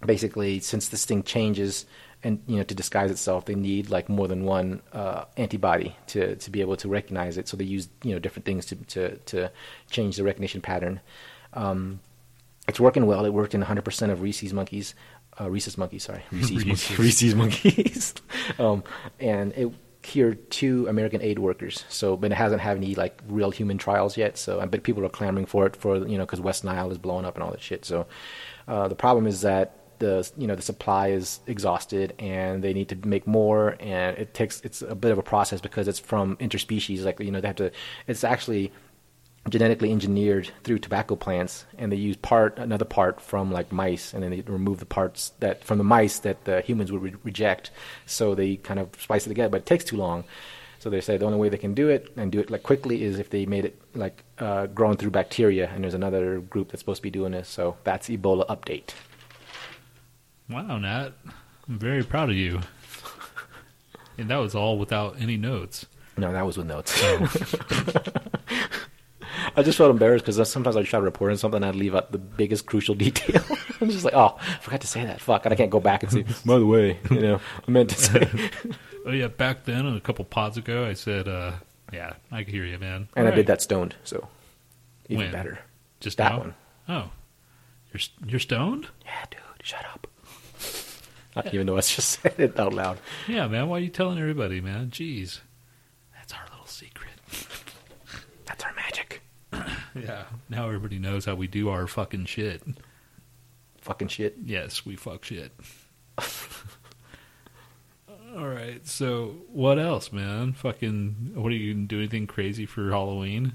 C: basically, since this thing changes and you know to disguise itself, they need like more than one uh, antibody to to be able to recognize it. So they use you know different things to to to change the recognition pattern. Um, it's working well. It worked in 100% of Reese's monkeys, uh, Reese's monkeys, sorry, Reese's, monkeys, Reese's monkeys, um, and it cured two American aid workers. So, but it hasn't had any like real human trials yet. So, but people are clamoring for it for you know because West Nile is blowing up and all that shit. So, uh, the problem is that the you know the supply is exhausted and they need to make more and it takes it's a bit of a process because it's from interspecies like you know they have to it's actually genetically engineered through tobacco plants, and they use part another part from like mice, and then they remove the parts that from the mice that the humans would re- reject. So they kind of spice it together, but it takes too long. So they say the only way they can do it and do it like quickly is if they made it like uh, grown through bacteria. And there's another group that's supposed to be doing this. So that's Ebola update.
B: Wow, Nat. I'm very proud of you. And that was all without any notes.
C: No, that was with notes. I just felt embarrassed because sometimes I try to report on something and I'd leave out the biggest crucial detail. I'm just like, oh, I forgot to say that. Fuck. And I can't go back and say, by the way, you know, I meant to say.
B: Oh yeah, back then, a couple pods ago, I said, uh, "Yeah, I can hear you, man."
C: And I
B: Alright.
C: did that stoned, so even
B: When?
C: better.
B: Just
C: that
B: now?
C: one.
B: Oh, you're s- you're stoned?
C: Yeah, dude, shut up. Not even though I just said it out loud.
B: Yeah, man. Why are you telling everybody, man? Jeez, that's our little secret.
C: That's our magic.
B: Yeah. Now everybody knows how we do our fucking shit.
C: Fucking shit.
B: Yes, we fuck shit. All right. So what else, man? Fucking. What are you gonna do? Anything crazy for Halloween?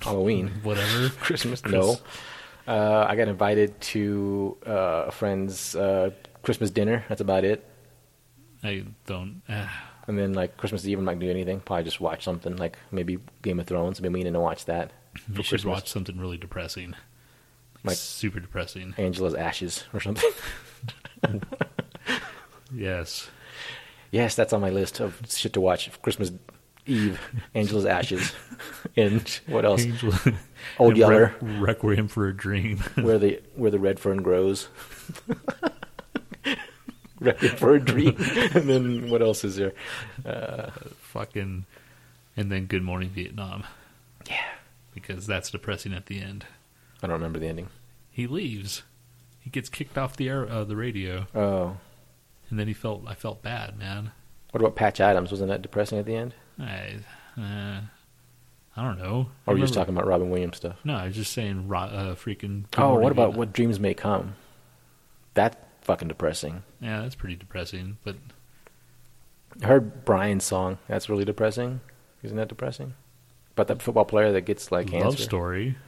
C: Halloween.
B: Whatever.
C: Christmas. No.
B: Chris-
C: Uh, I got invited to uh, a friend's uh, Christmas dinner. That's about it.
B: I don't. Uh,
C: And then like Christmas Eve, I'm not gonna do anything. Probably just watch something, like maybe Game of Thrones. I've been meaning to watch that.
B: you
C: for
B: should
C: Christmas.
B: watch something really depressing.
C: Like-
B: super depressing.
C: Angela's Ashes or something.
B: Yes.
C: yes, that's on my list of shit to watch. Christmas Eve, Angela's Ashes, and what else?
B: Angel.
C: Old
B: and Re-
C: Yeller.
B: Requiem for a Dream.
C: where the where the red fern grows. red fern tree. and then what else is there?
B: Fucking. And then Good Morning Vietnam.
C: Yeah.
B: Because that's depressing at the end.
C: I don't remember the ending.
B: He leaves. He gets kicked off the air, uh, the radio,
C: Oh.
B: and then he felt. I felt bad, man.
C: What about Patch Adams? Wasn't that depressing at the end?
B: I. Uh, I don't know.
C: Or
B: I
C: were you Oh,
B: remember-
C: just talking about Robin Williams stuff?
B: No, I was just saying. Ro- uh, freaking. Good
C: Oh,
B: Morning
C: what about
B: Vietnam.
C: What Dreams May Come? That fucking depressing.
B: Yeah, that's pretty depressing. But
C: I heard Brian's song. That's really depressing. Isn't that depressing? About that football player that gets like
B: love
C: cancer.
B: story.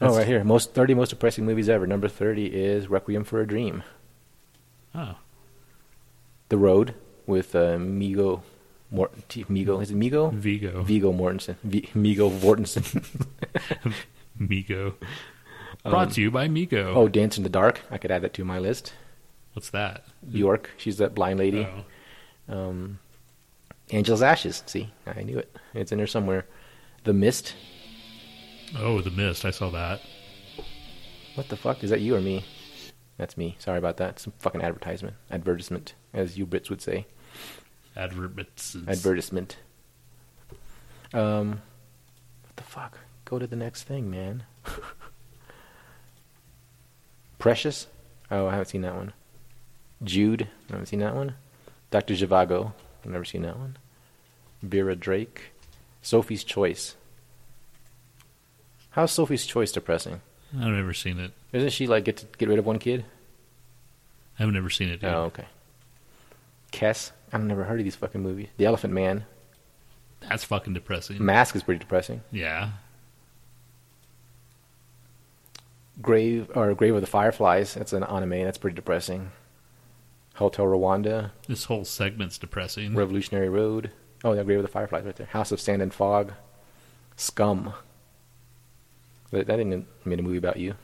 C: Oh, right here. Most thirty most depressing movies ever. Number thirty is Requiem for a Dream.
B: Oh,
C: The Road with uh, Migo, Mort- Migo. Is it Migo?
B: Vigo.
C: Vigo Mortensen. V- Migo Mortensen.
B: Migo. Brought to you by Migo.
C: Um, oh, Dance in the Dark. I could add that to my list.
B: What's that?
C: Bjork. She's that blind lady.
B: Oh.
C: Um, Angel's Ashes. See, I knew it. It's in there somewhere. The Mist.
B: Oh, the mist. I saw that.
C: What the fuck? Is that you or me? That's me. Sorry about that. Some fucking advertisement. Advertisement, as you Brits would say.
B: Adverts.
C: Advertisement. Um, what the fuck? Go to the next thing, man. Precious. Oh, I haven't seen that one. Jude. I haven't seen that one. Doctor Zhivago. I've never seen that one. Vera Drake. Sophie's Choice. How's Sophie's Choice depressing?
B: I've never seen it.
C: Isn't she like get to get rid of one kid?
B: I've never seen it. dude.
C: Oh, okay. Kess. I've never heard of these fucking movies. The Elephant Man.
B: That's fucking depressing.
C: Mask is pretty depressing.
B: yeah.
C: Grave or Grave of the Fireflies. That's an anime. That's pretty depressing. Hotel Rwanda,
B: This whole segment's depressing.
C: Mm. Revolutionary Road. Oh, yeah, Grave of the Fireflies right there. House of Sand and Fog, Scum. That, that didn't made a movie about you.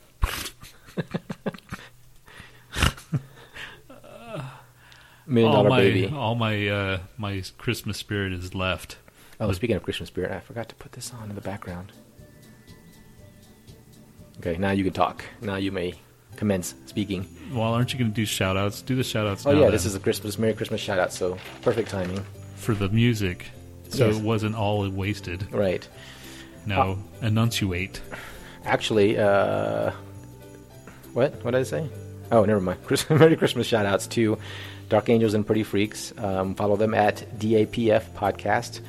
C: Million
B: all
C: Dollar
B: my
C: Baby.
B: all my uh, my Christmas spirit is left.
C: Oh, speaking of Christian Spirit, I forgot to put this on in the background. Okay, now you can talk. Now you may commence speaking.
B: Well, aren't you going to do shout outs? Do the shout outs
C: Oh
B: now.
C: yeah, this
B: then,
C: is a Christmas Merry Christmas shout out, so perfect timing.
B: for the music. So
C: Yes.
B: it wasn't all wasted.
C: Right.
B: No,
C: Ah.
B: enunciate.
C: Actually, uh what? What did I say? Oh, never mind. Chris- Merry Christmas shout outs to Dark Angels and Pretty Freaks. Um, follow them at DAPF Podcast.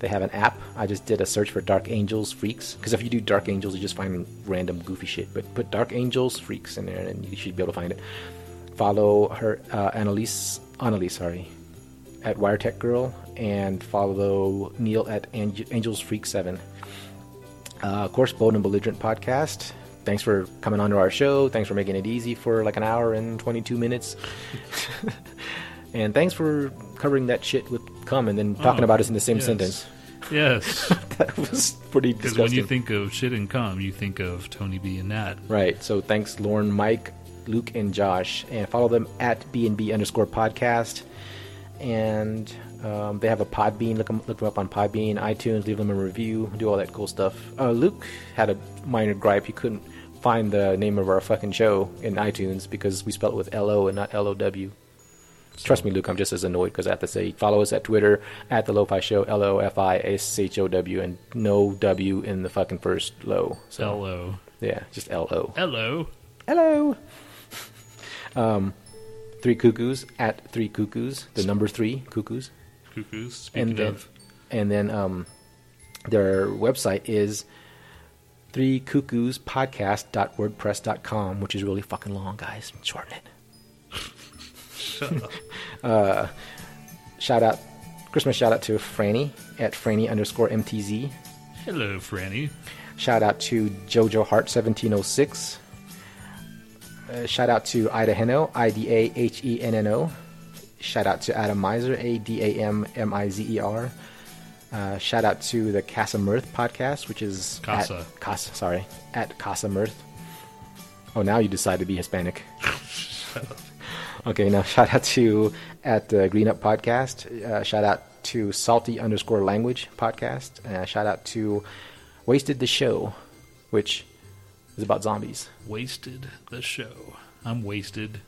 C: They have an app. I just did a search for Dark Angels Freaks. Because if you do Dark Angels, you just find random goofy shit. But put Dark Angels Freaks in there and you should be able to find it. Follow her, uh, Annalise, Annalise, sorry, at Wiretech Girl. And follow Neil at Ang- Angels Freak 7. Uh, of course, Bold and Belligerent podcast. Thanks for coming onto our show. Thanks for making it easy for like an hour and 22 minutes. and thanks for covering that shit with cum and then talking
B: Oh,
C: about us in the same
B: yes.
C: sentence.
B: Yes,
C: That was pretty
B: because
C: disgusting.
B: when you think of shit and cum, you think of Tony B and Nat.
C: Right. So thanks, Lauren, Mike, Luke, and Josh. And follow them at BNB underscore podcast. and um, they have a Podbean. Look them, look them up on Podbean, iTunes. Leave them a review. Do all that cool stuff. Uh, Luke had a minor gripe. He couldn't find the name of our fucking show in iTunes because we spell it with L O and not L O W. Trust me, Luke. I'm just as annoyed because I have to say follow us at Twitter at the Lo-Fi Show L O F I S H O W and no W in the fucking first low. So
B: Hello.
C: yeah, just L O.
B: Hello.
C: Hello. Um, three cuckoos at three cuckoos. The number three cuckoos.
B: Cuckoos. Speaking
C: And uh, then,
B: of.
C: and then um, their website is three cuckoos podcast.wordpress.com, which is really fucking long, guys. Shorten it. uh, shout out, Christmas shout out to Franny at Franny underscore MTZ.
B: Hello, Franny.
C: Shout out to Jojo Hart 1706. Uh, shout out to Ida Heno, I D A H E N N O. Shout out to Adam Miser, A D A M M I Z E R. Uh, shout out to the Casa Mirth podcast, which is
B: Casa.
C: At, Casa, sorry, at Casa Mirth. Oh, now you decide to be Hispanic. okay, now shout out to at the Green Up podcast. Uh, shout out to Salty underscore Language podcast. Uh, shout out to Wasted the Show, which is about zombies.
B: Wasted the show. I'm wasted.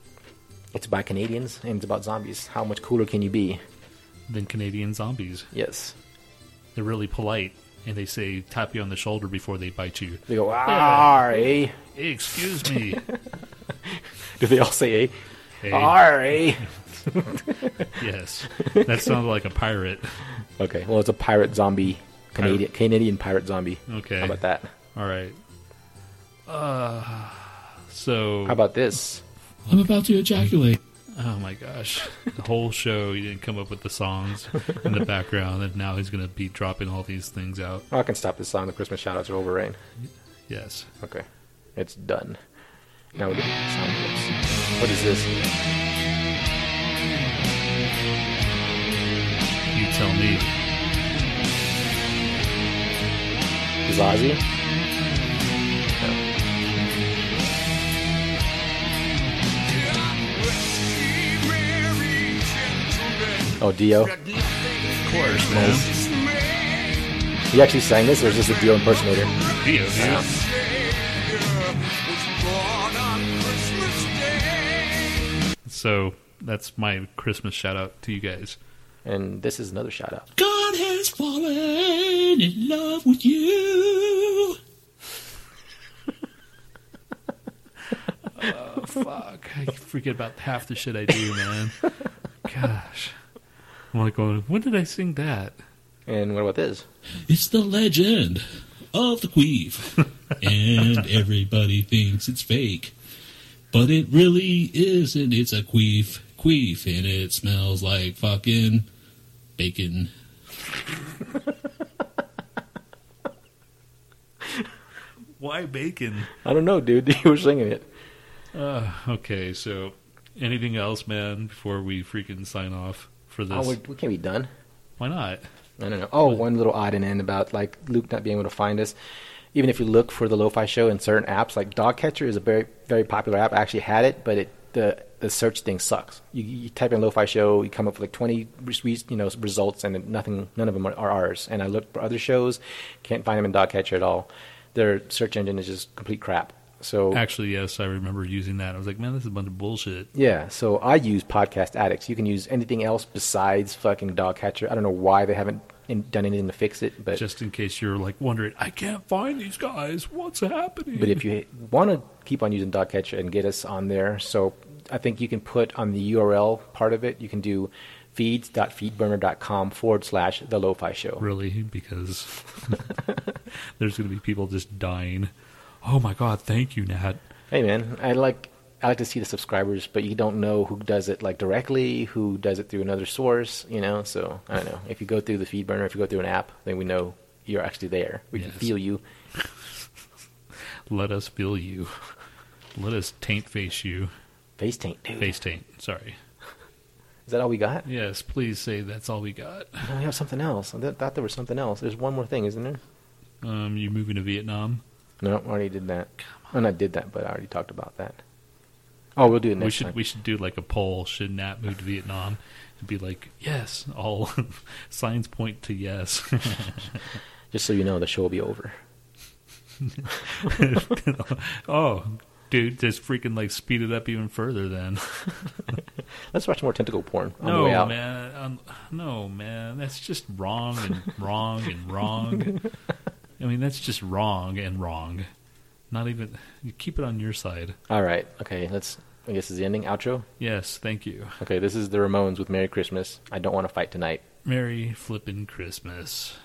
C: It's by Canadians and it's about zombies. How much cooler can you be?
B: Than Canadian zombies.
C: Yes.
B: They're really polite and they say tap you on the shoulder before they bite you.
C: They go, "Arr, eh?"
B: Hey, excuse me.
C: Do they all say, eh?
B: Hey,
C: "Arr, eh?"
B: yes. That sounded like a pirate.
C: Okay, well, it's a pirate zombie. Canadian, Canadian pirate Eh. zombie.
B: Okay.
C: How about that?
B: All right. Uh, so
C: How about this?
D: I'm about to ejaculate.
B: Oh my gosh. The whole show, he didn't come up with the songs in the background, and now he's going to be dropping all these things out.
C: Oh, I can stop this song. The Christmas shoutouts are over, right?
B: Yes.
C: Okay. It's done. Now we get sound clips. What is this?
B: You tell me.
C: Is Ozzy? Oh, Dio.
B: Of course, man.
C: He actually sang this, or is this a Dio impersonator?
B: Dio, dude. So that's my Christmas shout out to you guys.
C: And this is another shout out.
D: God has fallen in love with you.
B: Fuck. I forget about half the shit I do, man. Gosh. I'm like going, when did I sing that?
C: And what about this?
D: It's the legend of the queef. and everybody thinks it's fake. But it really isn't. It's a queef, queef, and it smells like fucking bacon.
B: Why bacon?
C: I don't know, dude. You were singing it.
B: Uh, okay, so anything else, man, before we freaking sign off for this?
C: Oh, we, we can't be done.
B: Why not?
C: I don't know. Oh, one little odd and end about like Luke not being able to find us. Even if you look for the Lo-Fi Show in certain apps, like Dogcatcher is a very very popular app. I actually had it, but it the the search thing sucks. You, you type in Lo-Fi Show, you come up with like twenty res- you know results, and nothing, none of them are, are ours. And I looked for other shows, can't find them in Dogcatcher at all. Their search engine is just complete crap. So
B: Actually, yes, I remember using that. I was like, man, this is a bunch of bullshit.
C: Yeah, so I use Podcast Addicts. You can use anything else besides fucking Dogcatcher. I don't know why they haven't in, done anything to fix it, but
B: Just in case you're like wondering, I can't find these guys. What's happening?
C: but if you want to keep on using Dogcatcher and get us on there, so I think you can put on the URL part of it. You can do feeds.feedburner.com forward slash the Lo-Fi Show.
B: really, because there's going to be people just dying. Oh my god, thank you, Nat.
C: Hey man, I like I like to see the subscribers, but you don't know who does it like directly, who does it through another source, you know. So I don't know. If you go through the feed burner, if you go through an app, then we know you're actually there. We can
B: Yes.
C: feel you.
B: Let us feel you. Let us taint face you.
C: Face taint, dude.
B: Face taint. Sorry.
C: Is that all we got?
B: Yes, please say that's all we got.
C: No, we have something else. I th- thought there was something else. There's one more thing, isn't there?
B: Um, you moving to Vietnam?
C: No, I already did that. Oh, no, I did that, but I already talked about that. Oh, we'll do it next
B: we should
C: time.
B: we should do like a poll. Should Nat move to Vietnam? and be like, yes, all signs point to yes.
C: Just so you know, the show will be over.
B: oh, dude, just freaking like speed it up even further then.
C: Let's watch more tentacle porn on the
B: No,
C: way out.
B: man. Um, no, man. That's just wrong and wrong and wrong. I mean, that's just wrong and wrong. Not even. You keep it on your side.
C: All right. Okay. Let's. I guess this is the ending outro.
B: Yes, thank you.
C: Okay. This is the Ramones with "Merry Christmas." I don't want to fight tonight.
B: Merry flippin' Christmas.